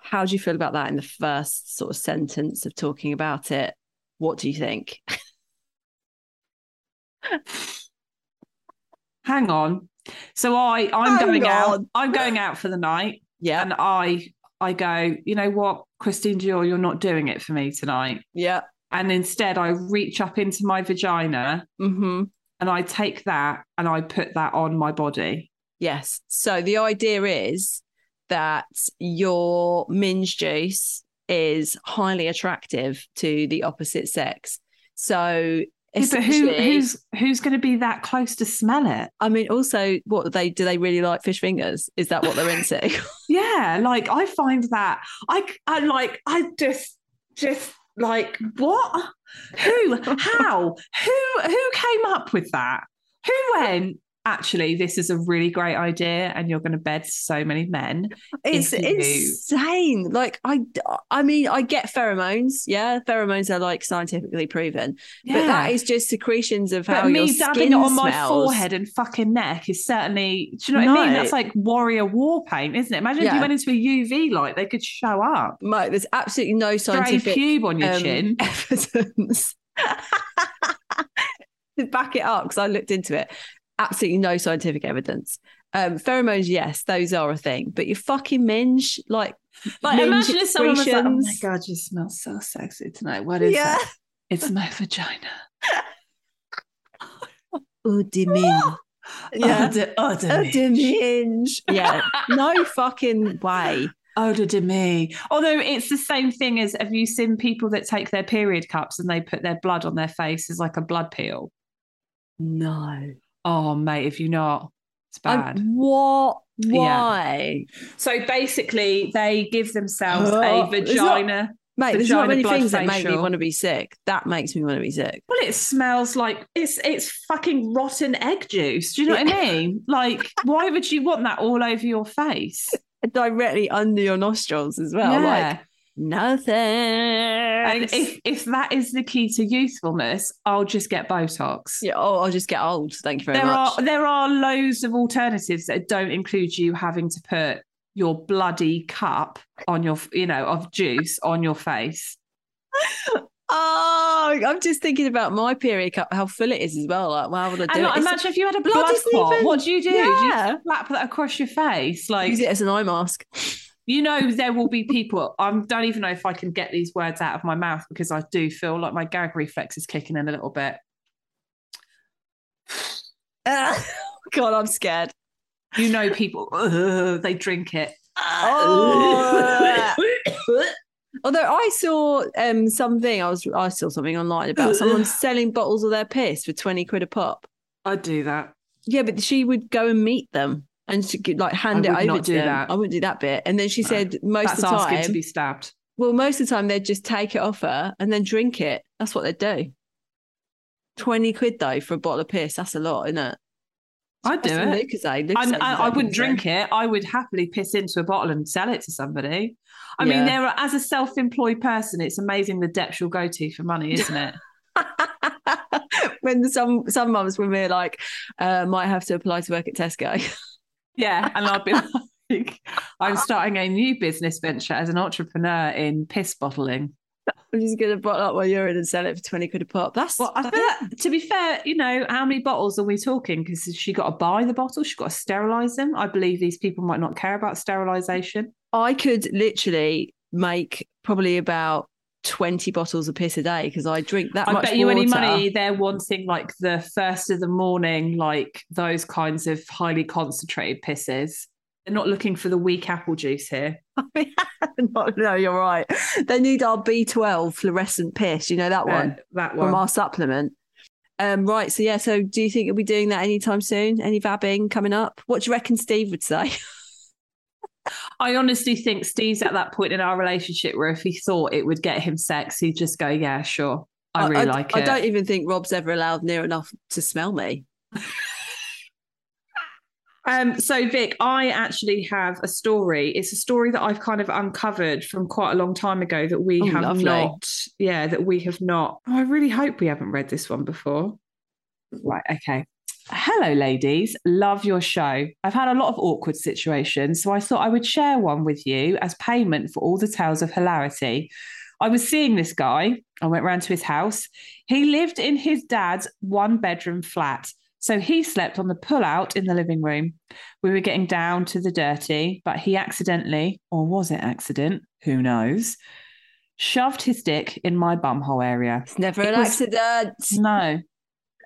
Speaker 3: How do you feel about that in the first sort of sentence of talking about it? What do you think?
Speaker 4: Hang on. So I I'm
Speaker 3: Hang
Speaker 4: going out.
Speaker 3: on.
Speaker 4: I'm going out for the night,
Speaker 3: Yeah,
Speaker 4: and I I go. You know what, Christine Dior, you're not doing it for me tonight.
Speaker 3: yeah.
Speaker 4: And instead, I reach up into my vagina
Speaker 3: hmm
Speaker 4: and I take that and I put that on my body.
Speaker 3: Yes. So the idea is that your minge juice is highly attractive to the opposite sex. So
Speaker 4: Yeah, but who
Speaker 3: essentially-
Speaker 4: who's who's going to be that close to smell it?
Speaker 3: I mean, also, what they do they really like fish fingers? Is that what they're into?
Speaker 4: Yeah, like I find that I I like I just just like what who how who who came up with that who went actually this is a really great idea and you're going to bed so many men
Speaker 3: It's
Speaker 4: If you-
Speaker 3: insane. Like I, I mean, I get pheromones. Yeah, pheromones are like scientifically proven, but that is just secretions of
Speaker 4: but
Speaker 3: how your
Speaker 4: me
Speaker 3: skin
Speaker 4: dabbing it on my
Speaker 3: smells.
Speaker 4: forehead and fucking neck is certainly do you know what I mean
Speaker 3: No.
Speaker 4: that's like warrior war paint isn't it imagine if
Speaker 3: Yeah.
Speaker 4: you went into a UV light they could show up
Speaker 3: Mate, there's absolutely no
Speaker 4: grey
Speaker 3: scientific
Speaker 4: pube on your
Speaker 3: um,
Speaker 4: chin
Speaker 3: evidence to back it up because I looked into it. Absolutely no scientific evidence. Um, pheromones, yes, those are a thing, but your fucking minge, like,
Speaker 4: Like
Speaker 3: Minge
Speaker 4: imagine if someone was like, "Oh my
Speaker 3: secretions.
Speaker 4: god, you smell so sexy tonight. What is
Speaker 3: yeah,
Speaker 4: that? It's my vagina."
Speaker 3: oh, de minge, yeah,
Speaker 4: Oh, de- oh, de-
Speaker 3: oh,
Speaker 4: minge.
Speaker 3: de minge, yeah, no fucking way.
Speaker 4: Oda de me. Although it's the same thing as have you seen people that take their period cups and they put their blood on their face as like a blood peel?
Speaker 3: No.
Speaker 4: Oh, mate, if you not, it's bad.
Speaker 3: Um, what?
Speaker 4: Yeah.
Speaker 3: Why?
Speaker 4: so basically, they give themselves
Speaker 3: Oh,
Speaker 4: a
Speaker 3: it's not-
Speaker 4: vagina.
Speaker 3: Mate, there's not
Speaker 4: Vagina
Speaker 3: many
Speaker 4: blood
Speaker 3: things that make me
Speaker 4: facial.
Speaker 3: want to be sick. That makes me want to be sick.
Speaker 4: Well, it smells like it's it's fucking rotten egg juice. Do you know what I mean? Like, why would you want that all over your face?
Speaker 3: Directly under your nostrils as well. Like, no
Speaker 4: and
Speaker 3: thanks.
Speaker 4: if if that is the key to youthfulness, I'll just get Botox.
Speaker 3: yeah, oh, I'll just get old. Thank you very
Speaker 4: there
Speaker 3: much.
Speaker 4: are there are loads of alternatives that don't include you having to put your bloody cup on your you know of juice on your face.
Speaker 3: Oh, I'm just thinking about my period cup, how full it is as well. Like, why would I do
Speaker 4: And
Speaker 3: it?
Speaker 4: like,
Speaker 3: It's-
Speaker 4: imagine if you had a
Speaker 3: blood
Speaker 4: blood
Speaker 3: isn't
Speaker 4: clot.
Speaker 3: even-
Speaker 4: What do you do? Do you
Speaker 3: yeah,
Speaker 4: slap that across your face? Like
Speaker 3: use it as an eye mask.
Speaker 4: you know there will be people i don't even know if i can get these words out of my mouth because i do feel like my gag reflex is kicking in a little bit
Speaker 3: Ah, God, I'm scared.
Speaker 4: you know people ugh, they drink it
Speaker 3: Oh. Although I saw um something, I was I saw something online about someone selling bottles of their piss for twenty quid a pop.
Speaker 4: i do that
Speaker 3: Yeah, but she would go and meet them and she could like hand
Speaker 4: I
Speaker 3: it
Speaker 4: would
Speaker 3: over
Speaker 4: not
Speaker 3: to
Speaker 4: do
Speaker 3: them.
Speaker 4: that.
Speaker 3: I wouldn't do that bit. And then she
Speaker 4: No.
Speaker 3: said most
Speaker 4: that's
Speaker 3: of the
Speaker 4: asking
Speaker 3: time,
Speaker 4: to be stabbed
Speaker 3: well, most of the time they'd just take it off her and then drink it. That's what they'd do. Twenty quid though for a bottle of piss. That's a lot, isn't it?
Speaker 4: i'd do it
Speaker 3: Lucasade.
Speaker 4: I, I, I wouldn't drink it. I would happily piss into a bottle and sell it to somebody. I
Speaker 3: Yeah.
Speaker 4: mean, there are as a self-employed person, it's amazing the depths you'll go to for money, isn't it?
Speaker 3: when some some mums when we're like, uh, might have to apply to work at Tesco.
Speaker 4: Yeah, and I'd be like, I'm starting a new business venture as an entrepreneur in piss bottling.
Speaker 3: I'm just gonna bottle up my urine and sell it for twenty quid a pop. That's
Speaker 4: Well, I feel that, to be fair, you know, how many bottles are we talking? Because she got to buy the bottles, she got to sterilize them. I believe these people might not care about sterilization.
Speaker 3: I could literally make probably about twenty bottles of piss a day because I drink that
Speaker 4: I
Speaker 3: much.
Speaker 4: bet you any
Speaker 3: water.
Speaker 4: money they're wanting like the first of the morning, like those kinds of highly concentrated pisses. They're not looking for the weak apple juice here.
Speaker 3: no, no, you're right. They need our B12 fluorescent piss. You know that one
Speaker 4: Uh, that
Speaker 3: from
Speaker 4: one.
Speaker 3: our supplement. Um, right. So yeah. So do you think you'll be doing that anytime soon? Any vabbing coming up? What do you reckon Steve would say?
Speaker 4: I honestly think Steve's at that point in our relationship where if he thought it would get him sex, he'd just go, Yeah, sure. I really like
Speaker 3: I
Speaker 4: it.
Speaker 3: don't even think Rob's ever allowed near enough to smell me.
Speaker 4: Um, so, Vic, I actually have a story. It's a story that I've kind of uncovered from quite a long time ago that we
Speaker 3: Oh,
Speaker 4: have
Speaker 3: lovely.
Speaker 4: not. Yeah, that we have not. Oh, I really hope we haven't read this one before. Right. Okay. Hello, ladies. Love your show. I've had a lot of awkward situations, so I thought I would share one with you as payment for all the tales of hilarity. I was seeing this guy. I went round to his house. He lived in his dad's one bedroom flat. So he slept on the pullout in the living room. We were getting down to the dirty, but he accidentally, or was it accident? Who knows? Shoved his dick in my bumhole area.
Speaker 3: It's never
Speaker 4: It
Speaker 3: an
Speaker 4: was-
Speaker 3: accident.
Speaker 4: No.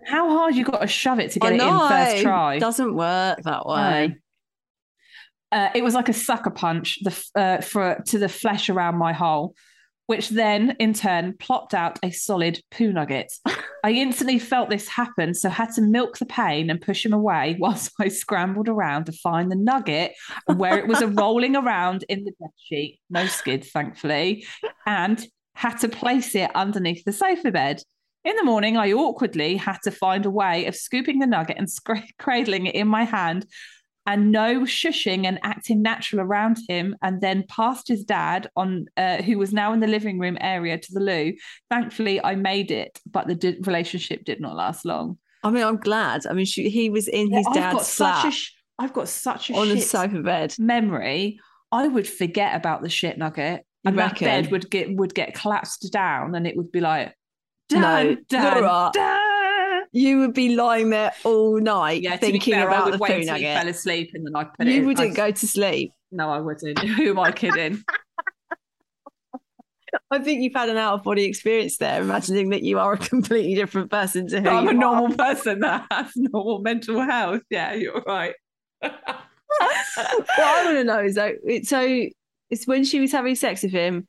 Speaker 4: How hard you got to shove it to get
Speaker 3: uh, I
Speaker 4: it
Speaker 3: know.
Speaker 4: in first try?
Speaker 3: Doesn't work that way.
Speaker 4: No. Uh, it was like a sucker punch the, f- uh, for to the flesh around my hole, which then in turn plopped out a solid poo nugget. I instantly felt this happen, so had to milk the pain and push him away whilst I scrambled around to find the nugget and where it was a rolling around in the bed sheet, no skid, thankfully, and had to place it underneath the sofa bed. In the morning, I awkwardly had to find a way of scooping the nugget and scra- cradling it in my hand and no shushing and acting natural around him and then past his dad on uh, who was now in the living room area to the loo thankfully i made it but the di- relationship did not last long
Speaker 3: I mean, I'm glad. I mean, she, he was in his
Speaker 4: I've got
Speaker 3: dad's flat
Speaker 4: such a sh- i've got such a
Speaker 3: on a
Speaker 4: shit
Speaker 3: sofa bed.
Speaker 4: memory i would forget about the shit nugget and that
Speaker 3: reckon?
Speaker 4: bed would get would get collapsed down and it would be like
Speaker 3: No,
Speaker 4: dun,
Speaker 3: you're
Speaker 4: dun,
Speaker 3: up.
Speaker 4: dun.
Speaker 3: You would be lying there all night
Speaker 4: yeah to be
Speaker 3: thinking
Speaker 4: fair, i
Speaker 3: about
Speaker 4: would
Speaker 3: the
Speaker 4: wait
Speaker 3: food
Speaker 4: until he fell
Speaker 3: nugget.
Speaker 4: asleep and then i'd put it
Speaker 3: You
Speaker 4: in.
Speaker 3: wouldn't
Speaker 4: I'd-
Speaker 3: go to sleep.
Speaker 4: no i wouldn't who am i kidding
Speaker 3: I think you've had an out of body experience there, imagining that you are a completely different person to who
Speaker 4: I'm
Speaker 3: you
Speaker 4: a
Speaker 3: are.
Speaker 4: normal person that has normal mental health. Yeah, you're right.
Speaker 3: what I want to know is though, it, so It's when she was having sex with him.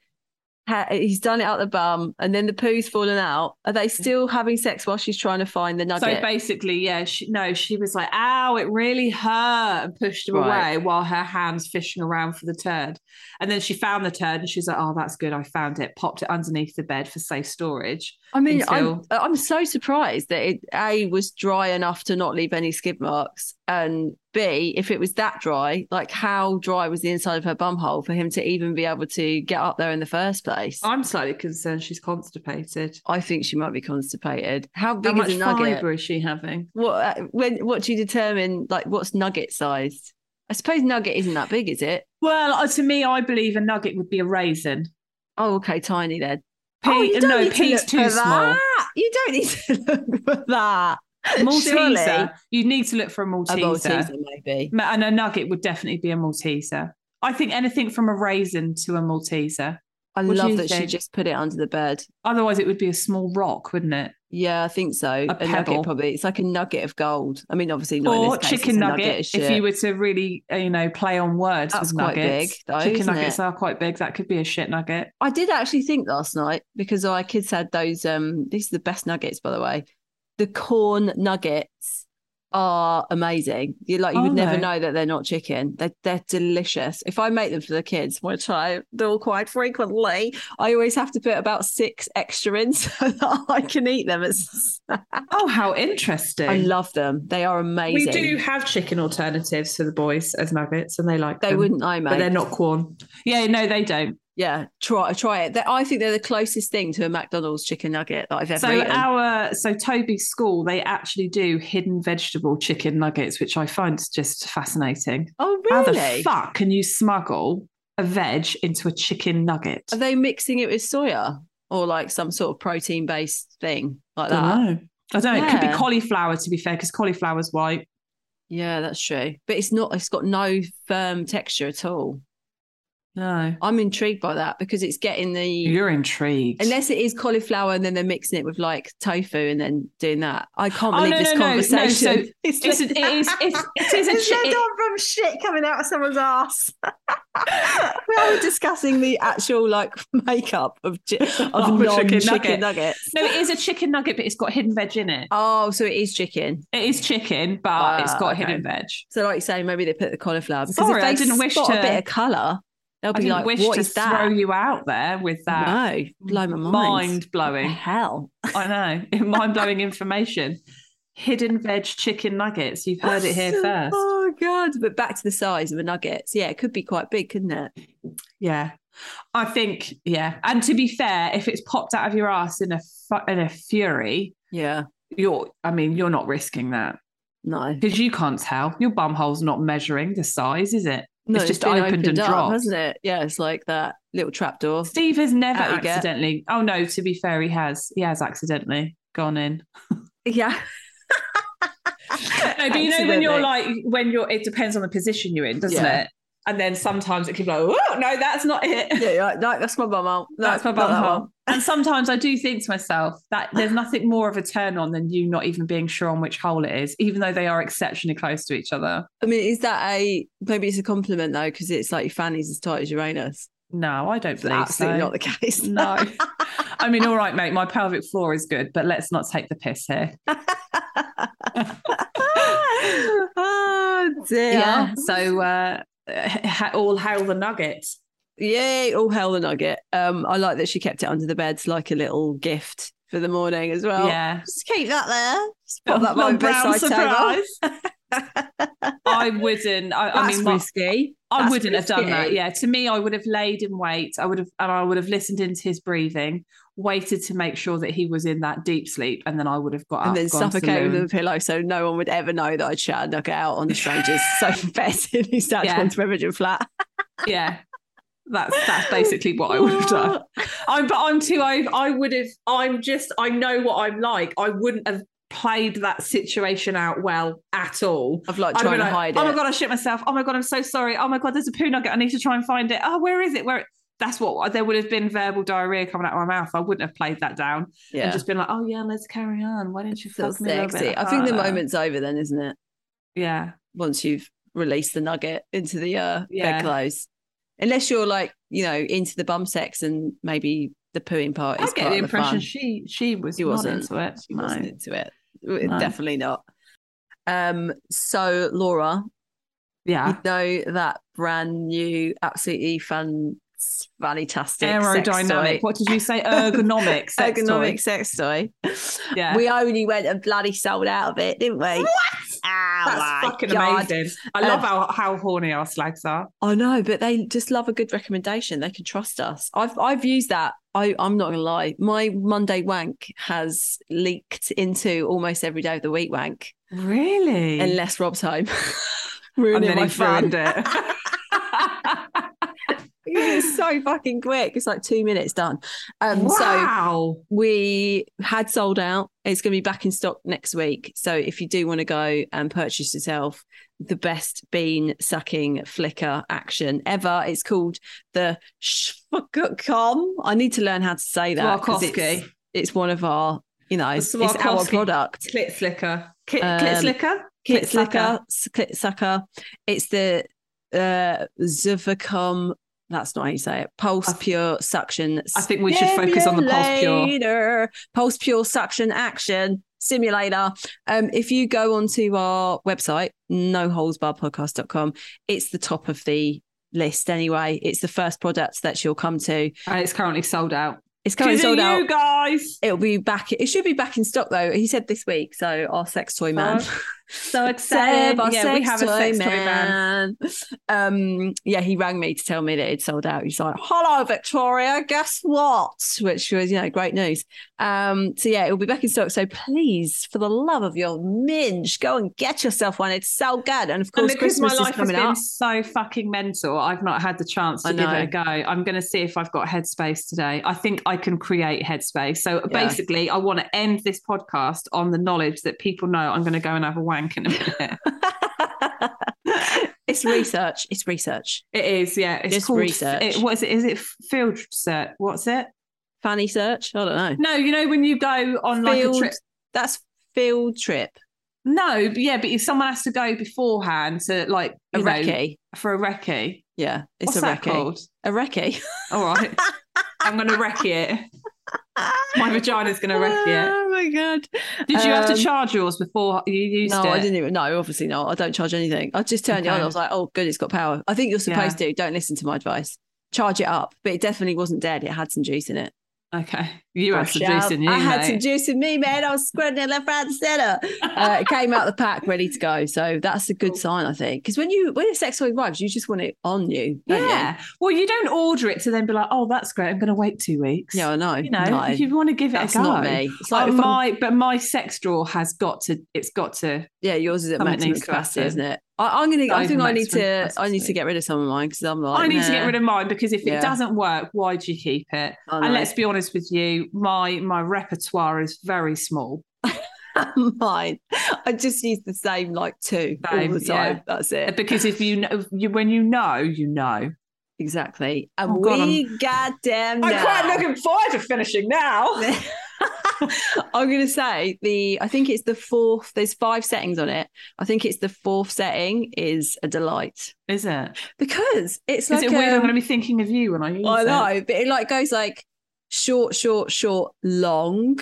Speaker 3: ha- He's done it out the bum, and then the poo's fallen out. Are they still having sex while she's trying to find the
Speaker 4: So
Speaker 3: nugget?
Speaker 4: basically, yeah, she, no, she was like, ow, it really hurt, and pushed him
Speaker 3: Right.
Speaker 4: away while her hand's fishing around for the turd. And then she found the turd and she's like, oh, that's good. I found it, popped it underneath the bed for safe storage.
Speaker 3: I mean,
Speaker 4: until-
Speaker 3: I'm I'm so surprised that it a was dry enough to not leave any skid marks, and b if it was that dry, like how dry was the inside of her bum hole for him to even be able to get up there in the first place? i
Speaker 4: I'm slightly concerned she's constipated.
Speaker 3: think she might be constipated. How
Speaker 4: How
Speaker 3: big
Speaker 4: much
Speaker 3: is a nugget?
Speaker 4: fiber is she having?
Speaker 3: What uh, when what do you determine? Like what's nugget sized? I suppose nugget isn't that big, is it?
Speaker 4: Well, uh, to me, I believe a nugget would be a raisin.
Speaker 3: Oh, okay, tiny then.
Speaker 4: Pea,
Speaker 3: oh, you don't
Speaker 4: no,
Speaker 3: need to
Speaker 4: pea's
Speaker 3: look
Speaker 4: too
Speaker 3: for
Speaker 4: small.
Speaker 3: that. You don't need to look for that. Surely.
Speaker 4: Malteser. You need to look for a
Speaker 3: A
Speaker 4: Malteser.
Speaker 3: Malteser, maybe.
Speaker 4: Ma- And a nugget would definitely be a Malteser. I think anything from a raisin to a Malteser.
Speaker 3: I
Speaker 4: What do
Speaker 3: love
Speaker 4: you
Speaker 3: that she
Speaker 4: think?
Speaker 3: just put it under the bed.
Speaker 4: Otherwise, it would be a small rock, wouldn't it?
Speaker 3: Yeah, I think so. A,
Speaker 4: pebble.
Speaker 3: nugget, probably. It's like a nugget of gold. I mean, obviously not in
Speaker 4: or
Speaker 3: this case,
Speaker 4: chicken
Speaker 3: it's a
Speaker 4: nugget,
Speaker 3: of
Speaker 4: if you
Speaker 3: shit.
Speaker 4: were to really, uh, you know, play on words
Speaker 3: That's
Speaker 4: with
Speaker 3: quite
Speaker 4: nuggets.
Speaker 3: big, though,
Speaker 4: chicken
Speaker 3: isn't
Speaker 4: nuggets
Speaker 3: it?
Speaker 4: are quite big. That could be a shit nugget.
Speaker 3: I did actually think last night because our kids had those. Um, these are the best nuggets, by the way. The corn nuggets are amazing. You like you would
Speaker 4: Are
Speaker 3: never
Speaker 4: they?
Speaker 3: know that they're not chicken. They're they're delicious. If I make them for the kids, which I do quite frequently, I always have to put about six extra in so that I can eat them. It's,
Speaker 4: Oh, how interesting.
Speaker 3: I love them. They are
Speaker 4: we
Speaker 3: amazing.
Speaker 4: do have chicken alternatives for the boys as nuggets, and they like
Speaker 3: They
Speaker 4: them,
Speaker 3: wouldn't, I mate.
Speaker 4: but they're not corn. Yeah, no, they don't.
Speaker 3: Yeah, try try it. They- I think they're the closest thing to a McDonald's chicken nugget that I've ever
Speaker 4: So
Speaker 3: eaten.
Speaker 4: our so Toby's school, they actually do hidden vegetable chicken nuggets, which I find just fascinating.
Speaker 3: oh,
Speaker 4: How
Speaker 3: really?
Speaker 4: the fuck can you smuggle a veg into a chicken nugget?
Speaker 3: Are they mixing it with soya or like some sort of protein based thing like that?
Speaker 4: know. I don't know. It could
Speaker 3: Yeah.
Speaker 4: be cauliflower, to be fair, because cauliflower's white.
Speaker 3: Yeah, that's true. But it's not. It's got no firm texture at all.
Speaker 4: No.
Speaker 3: I'm intrigued by that because it's getting the
Speaker 4: You're intrigued.
Speaker 3: unless it is cauliflower and then they're mixing it with like tofu and then doing that. I can't
Speaker 4: Oh,
Speaker 3: believe
Speaker 4: no,
Speaker 3: this
Speaker 4: no, no, no. So
Speaker 3: conversation.
Speaker 4: it's an, it is, it's, it is a
Speaker 3: It's
Speaker 4: chi-
Speaker 3: led
Speaker 4: it-
Speaker 3: on from shit coming out of someone's ass. we are discussing the actual like makeup of chi- of
Speaker 4: Of a chicken
Speaker 3: non-chicken
Speaker 4: nugget.
Speaker 3: chicken nuggets.
Speaker 4: No, it is a chicken nugget, but it's got hidden veg in it.
Speaker 3: Oh, so it is chicken.
Speaker 4: It is chicken, but it's
Speaker 3: Ah,
Speaker 4: got
Speaker 3: okay.
Speaker 4: hidden veg.
Speaker 3: So, like you say, maybe they put the cauliflower because
Speaker 4: Sorry,
Speaker 3: if they
Speaker 4: I didn't wish
Speaker 3: spot a
Speaker 4: to-
Speaker 3: bit of colour, they'll
Speaker 4: I
Speaker 3: be
Speaker 4: didn't
Speaker 3: like,
Speaker 4: wish
Speaker 3: "What
Speaker 4: to
Speaker 3: is
Speaker 4: throw
Speaker 3: that?"
Speaker 4: you out there with that.
Speaker 3: No, blow my mind.
Speaker 4: Mind
Speaker 3: What the
Speaker 4: blowing.
Speaker 3: hell.
Speaker 4: I know. Mind blowing information. Hidden veg chicken nuggets. You've heard it here first.
Speaker 3: Oh god! But back to the size of the nuggets. Yeah, it could be quite big, couldn't it?
Speaker 4: Yeah, I think yeah. And to be fair, if it's popped out of your ass in a fu- in a fury,
Speaker 3: Yeah.
Speaker 4: you're I mean you're not risking that
Speaker 3: No.
Speaker 4: because you can't tell your bum hole's not measuring the size, is it?
Speaker 3: No,
Speaker 4: just
Speaker 3: been
Speaker 4: opened and
Speaker 3: up,
Speaker 4: dropped.
Speaker 3: hasn't it? Yeah, it's like that little trapdoor.
Speaker 4: Steve has never
Speaker 3: Out you get.
Speaker 4: accidentally. Oh no, to be fair, he has. He has accidentally gone in.
Speaker 3: Yeah.
Speaker 4: No, but you know when you're like when you're it depends on the position you're in, doesn't
Speaker 3: Yeah.
Speaker 4: it? And then sometimes it can be like, oh no, that's not it.
Speaker 3: yeah, you're like, no, that's my bum out. No,
Speaker 4: That's my
Speaker 3: not that
Speaker 4: bumhole.
Speaker 3: one.
Speaker 4: And sometimes I do think to myself that there's nothing more of a turn on than you not even being sure on which hole it is, even though they are exceptionally close to each other.
Speaker 3: I mean, is that a maybe it's a compliment though because it's like your fanny's as tight as Uranus.
Speaker 4: No, I don't believe
Speaker 3: Absolutely
Speaker 4: so.
Speaker 3: not the case.
Speaker 4: no. I mean, all right, mate, my pelvic floor is good, but let's not take the piss here.
Speaker 3: oh dear.
Speaker 4: So, uh, ha- all hail the nuggets.
Speaker 3: Yay! All hell the nugget. Um, I like that she kept it under the bed like a little gift for the morning as well.
Speaker 4: yeah.
Speaker 3: Just keep that there. Just pop that
Speaker 4: Little
Speaker 3: by the
Speaker 4: brown
Speaker 3: bedside table.
Speaker 4: I wouldn't. I, I
Speaker 3: That's
Speaker 4: mean, my-
Speaker 3: risky.
Speaker 4: I
Speaker 3: That's
Speaker 4: wouldn't have done that.
Speaker 3: risky.
Speaker 4: Yeah, to me, I would have laid in wait. I would have, and I would have listened into his breathing, waited to make sure that he was in that deep sleep, and then I would have got up,
Speaker 3: and then
Speaker 4: gone to the
Speaker 3: suffocate
Speaker 4: loo.
Speaker 3: with a pillow so no one would ever know that I'd shut a nugget out on the stranger's sofa bed in his dad's
Speaker 4: Yeah.
Speaker 3: one bedroom flat.
Speaker 4: Yeah, that's that's basically what I would have done. I'm, but I'm too. I, I would have. I'm just. I know what I'm like. I wouldn't have played that situation out well at all.
Speaker 3: Of like
Speaker 4: I'd have
Speaker 3: trying
Speaker 4: been
Speaker 3: to
Speaker 4: like,
Speaker 3: hide
Speaker 4: oh
Speaker 3: it.
Speaker 4: my god, I shit myself. Oh my god, I'm so sorry. Oh my god, there's a poo nugget. I need to try and find it. Oh, where is it? Where? That's what there would have been verbal diarrhea coming out of my mouth. I wouldn't have played that down
Speaker 3: yeah.
Speaker 4: and just been like, oh yeah, let's carry on. Why didn't you
Speaker 3: so
Speaker 4: fuck me a little
Speaker 3: sexy.
Speaker 4: bit
Speaker 3: I think the
Speaker 4: harder?"
Speaker 3: moment's over then, isn't it?
Speaker 4: Yeah,
Speaker 3: Once you've released the nugget into the uh,
Speaker 4: Yeah.
Speaker 3: bedclothes. Unless you're like, you know, into the bum sex and maybe the pooing part
Speaker 4: I
Speaker 3: is
Speaker 4: get
Speaker 3: part
Speaker 4: the
Speaker 3: of
Speaker 4: impression
Speaker 3: fun.
Speaker 4: she she was
Speaker 3: She
Speaker 4: not
Speaker 3: wasn't.
Speaker 4: into it.
Speaker 3: She
Speaker 4: no.
Speaker 3: wasn't into it. W-
Speaker 4: No.
Speaker 3: Definitely not. Um, so Laura,
Speaker 4: Yeah.
Speaker 3: you know that brand new, absolutely fan fantastic
Speaker 4: Aerodynamic.
Speaker 3: sex toy.
Speaker 4: What did you say? Ergonomic. sex toy.
Speaker 3: ergonomic sex toy.
Speaker 4: Yeah.
Speaker 3: We only went and bloody sold out of it, didn't we? What? Oh
Speaker 4: That's
Speaker 3: my
Speaker 4: fucking
Speaker 3: God.
Speaker 4: amazing. I love how, how horny our slags are.
Speaker 3: I know, but they just love a good recommendation. They can trust us. I've I've used that. I, I'm not gonna lie. My Monday wank has leaked into almost every day of the week wank,
Speaker 4: Really?
Speaker 3: unless Rob's home.
Speaker 4: Mm. and
Speaker 3: Ruining
Speaker 4: then
Speaker 3: my
Speaker 4: he ruined
Speaker 3: fun.
Speaker 4: it.
Speaker 3: It's so fucking quick. It's like two minutes done. Um so
Speaker 4: wow.
Speaker 3: we had sold out. It's going to be back in stock next week. So if you do want to go and purchase yourself the best bean sucking flicker action ever, it's called the Schwakocom. I need to learn how to say that. 'cause It's,
Speaker 4: Swarovski.
Speaker 3: it's one of our, you know, it's, it's our
Speaker 4: Swarovski.
Speaker 3: product.
Speaker 4: Clit slicker. Ki-
Speaker 3: Um,
Speaker 4: clit slicker?
Speaker 3: Clit
Speaker 4: Clit sucker.
Speaker 3: sucker, s- clit sucker. It's the uh, Zivacom. That's not how you say it. Pulse
Speaker 4: I-
Speaker 3: Pure Suction.
Speaker 4: I think we should focus on the Pulse Pure.
Speaker 3: Simulator. Pulse Pure Suction Action Simulator. Um, if you go onto our website, noholesbarpodcast.com, it's the top of the list anyway. It's the first product that you'll come to.
Speaker 4: And it's currently sold out.
Speaker 3: It's currently sold
Speaker 4: you
Speaker 3: out.
Speaker 4: guys.
Speaker 3: It'll be back. It should be back in stock though. He said this week. So our sex toy man.
Speaker 4: So
Speaker 3: Seb, our
Speaker 4: yeah,
Speaker 3: sex
Speaker 4: we have a
Speaker 3: toy
Speaker 4: sex toy man.
Speaker 3: man. Um, yeah, he rang me to tell me that it sold out. He's like, "Hello, Victoria. Guess what?" Which was, you know, great news. Um, so yeah, it will be back in stock. So please, for the love of your minge, go and get yourself one. It's so good. And of
Speaker 4: And
Speaker 3: course,
Speaker 4: because
Speaker 3: Christmas
Speaker 4: my life
Speaker 3: is
Speaker 4: has
Speaker 3: coming
Speaker 4: been
Speaker 3: up.
Speaker 4: so fucking mental, I've not had the chance
Speaker 3: I
Speaker 4: to give
Speaker 3: know.
Speaker 4: it a go. I'm going to see if I've got headspace today. I think I can create headspace. So
Speaker 3: Yeah.
Speaker 4: basically, I want to end this podcast on the knowledge that people know I'm going to go and have a wank in a minute.
Speaker 3: it's research. It's research.
Speaker 4: it is, yeah. It's
Speaker 3: Just
Speaker 4: called,
Speaker 3: research.
Speaker 4: It, what is it? Is it field research? What's it?
Speaker 3: Fanny search. I don't know.
Speaker 4: No, you know when you go on like
Speaker 3: Field-
Speaker 4: a trip.
Speaker 3: That's field trip.
Speaker 4: No, but yeah, but if someone has to go beforehand to like
Speaker 3: A
Speaker 4: you know,
Speaker 3: recce.
Speaker 4: for a recce.
Speaker 3: Yeah, it's
Speaker 4: What's
Speaker 3: a
Speaker 4: that
Speaker 3: recce.
Speaker 4: called?
Speaker 3: A recce.
Speaker 4: All right. I'm going to wreck it. My vagina's going to wreck it.
Speaker 3: Oh my god.
Speaker 4: Did you have
Speaker 3: Um,
Speaker 4: to charge yours before you used
Speaker 3: No,
Speaker 4: it?
Speaker 3: I didn't even. No, obviously not. I don't charge anything. I just turned it on. I
Speaker 4: Okay.
Speaker 3: was like, oh, good, it's got power. I think you're supposed to. Don't listen to my advice. Charge it up, but it definitely wasn't dead. It had some juice in it.
Speaker 4: Okay. You had
Speaker 3: Fresh
Speaker 4: some
Speaker 3: out.
Speaker 4: juice in you,
Speaker 3: I had
Speaker 4: mate.
Speaker 3: some juice in me, man. I was squirting it left, right, and center. Uh, it came out the pack, ready to go. So that's a good sign, I think. Because when you when a sex toy arrives, you just want it on you. Don't
Speaker 4: yeah. Well, you don't order it to then be like, oh, that's great. I'm going to wait two weeks.
Speaker 3: You? Yeah, I know.
Speaker 4: You know,
Speaker 3: no,
Speaker 4: if you want to give it
Speaker 3: that's
Speaker 4: a go.
Speaker 3: not me. It's
Speaker 4: Like
Speaker 3: like if I'm-
Speaker 4: my, but my sex drawer has got to. It's got to.
Speaker 3: yeah, yours is at
Speaker 4: Something
Speaker 3: maximum
Speaker 4: needs to
Speaker 3: capacity,
Speaker 4: happen.
Speaker 3: isn't it? I, I'm gonna. I
Speaker 4: I've
Speaker 3: think I need
Speaker 4: maximum
Speaker 3: to. I need to
Speaker 4: capacity.
Speaker 3: get rid of some of mine because I'm like.
Speaker 4: I need to get rid of mine because if
Speaker 3: Yeah.
Speaker 4: it doesn't work, why do you keep it? And let's be honest with you, my my repertoire is very small.
Speaker 3: mine. I just use the same like two
Speaker 4: Same,
Speaker 3: all the time.
Speaker 4: yeah.
Speaker 3: That's it.
Speaker 4: Because if you, know, you when you know, you know.
Speaker 3: Exactly. And
Speaker 4: Oh, God,
Speaker 3: we goddamn know.
Speaker 4: forward to finishing now.
Speaker 3: I'm gonna say the I think it's the fourth, there's five settings on it. I think it's the fourth setting is a delight.
Speaker 4: Is it?
Speaker 3: Because it's
Speaker 4: Is
Speaker 3: like
Speaker 4: it weird? I'm
Speaker 3: um,
Speaker 4: going to be thinking of you when I use
Speaker 3: I
Speaker 4: it.
Speaker 3: know, but it like goes like short, short, short, long,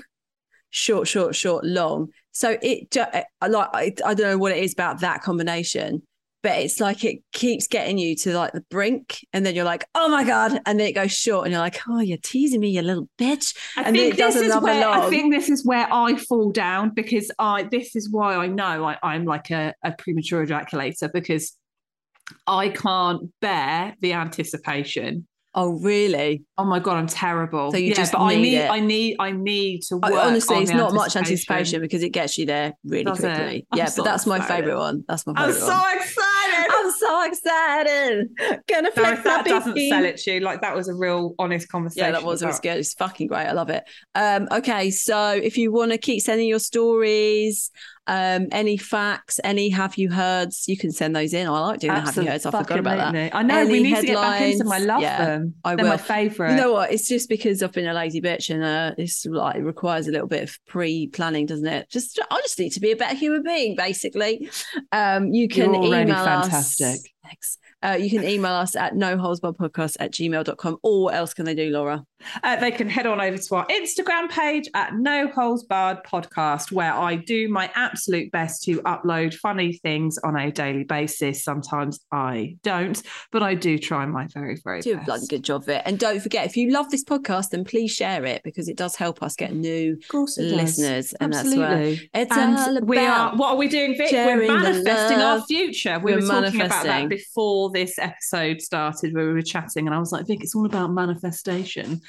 Speaker 3: short, short, short, long. So it ju- I like I, I don't know what it is about that combination, but it's like it keeps getting you to like the brink, and then you're like, oh my god, and then it goes short, and you're like, oh, you're teasing me, you little bitch.
Speaker 4: I
Speaker 3: And
Speaker 4: think
Speaker 3: it does
Speaker 4: this is
Speaker 3: another
Speaker 4: where I
Speaker 3: log.
Speaker 4: think this is where I fall down because I this is why I know I, I'm like a, a premature ejaculator because I can't bear the anticipation.
Speaker 3: Oh really?
Speaker 4: Oh my god, I'm terrible.
Speaker 3: So you
Speaker 4: yeah,
Speaker 3: just
Speaker 4: but I
Speaker 3: need
Speaker 4: need
Speaker 3: it.
Speaker 4: I need I need to
Speaker 3: I-
Speaker 4: work.
Speaker 3: honestly,
Speaker 4: on
Speaker 3: it's
Speaker 4: the
Speaker 3: not much anticipation because it gets you there really
Speaker 4: Does it?
Speaker 3: quickly.
Speaker 4: I'm
Speaker 3: Yeah,
Speaker 4: so
Speaker 3: but that's my
Speaker 4: excited.
Speaker 3: favorite one. That's my
Speaker 4: I'm
Speaker 3: favorite
Speaker 4: so
Speaker 3: one.
Speaker 4: excited.
Speaker 3: I'm so excited. Gonna
Speaker 4: No,
Speaker 3: flex
Speaker 4: if that
Speaker 3: my
Speaker 4: doesn't
Speaker 3: bikini.
Speaker 4: sell it to you, like that was a real honest conversation.
Speaker 3: Yeah, that was, it was
Speaker 4: about-
Speaker 3: good. It's fucking great. I love it. Um, okay, so if you want to keep sending your stories, um, any facts, any have you heards, you can send those in. I like doing the have you heards. I forgot about that.
Speaker 4: Absolutely. I know
Speaker 3: Any
Speaker 4: we need to get back into my
Speaker 3: headlines?
Speaker 4: love
Speaker 3: Yeah,
Speaker 4: them.
Speaker 3: I
Speaker 4: They're
Speaker 3: will.
Speaker 4: my favourite.
Speaker 3: You know what? It's just because I've been a lazy bitch, and uh, it's like it requires a little bit of pre-planning, doesn't it? Just I just need to be a better human being, basically. Um, you can
Speaker 4: You're already
Speaker 3: email us-
Speaker 4: fantastic.
Speaker 3: Thanks. Uh, you can email us at noholesbarpodcast at gmail.com or what else can they do, Laura?
Speaker 4: Uh, they can head on over to our Instagram page at No Holes Barred Podcast, where I do my absolute best to upload funny things on a daily basis. Sometimes I don't, but I do try my very, very
Speaker 3: Do a
Speaker 4: best.
Speaker 3: bloody good job of it. And don't forget, if you love this podcast, then please share it because it does help us get new
Speaker 4: Of course it does.
Speaker 3: listeners. And that's where
Speaker 4: Absolutely.
Speaker 3: it's all
Speaker 4: And
Speaker 3: about.
Speaker 4: we are, what are we doing, Vic? We're
Speaker 3: sharing the
Speaker 4: manifesting our
Speaker 3: love.
Speaker 4: future. We
Speaker 3: We're
Speaker 4: were, talking about
Speaker 3: manifesting.
Speaker 4: that before this episode started, where we were chatting, and I was like, Vic, it's all about manifestation.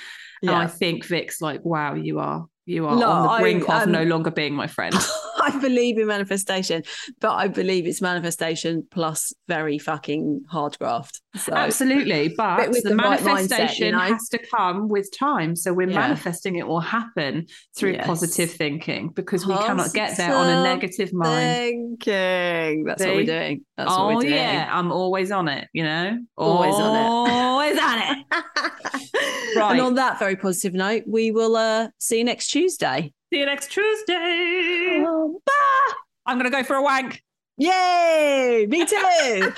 Speaker 3: Yeah.
Speaker 4: And I think Vic's like, wow, you are, you are
Speaker 3: No,
Speaker 4: on the
Speaker 3: I-
Speaker 4: brink of
Speaker 3: um,
Speaker 4: no longer being my friend.
Speaker 3: I believe in manifestation, but I believe it's manifestation plus very fucking hard graft. So
Speaker 4: Absolutely, but
Speaker 3: But with
Speaker 4: the,
Speaker 3: the right mindset, you
Speaker 4: manifestation
Speaker 3: know?
Speaker 4: has to come with time. So we're
Speaker 3: Yeah.
Speaker 4: manifesting it will happen through
Speaker 3: Yes.
Speaker 4: positive thinking because we cannot get there on a negative mind.
Speaker 3: thinking. That's what we're
Speaker 4: See?
Speaker 3: doing. That's
Speaker 4: oh
Speaker 3: what we're doing.
Speaker 4: yeah, I'm always on it. You know,
Speaker 3: Always on it.
Speaker 4: Always on it. right.
Speaker 3: And on that very positive note, we will uh, see you next Tuesday.
Speaker 4: See you next Tuesday. I'm gonna go for a wank.
Speaker 3: Yay! Me too.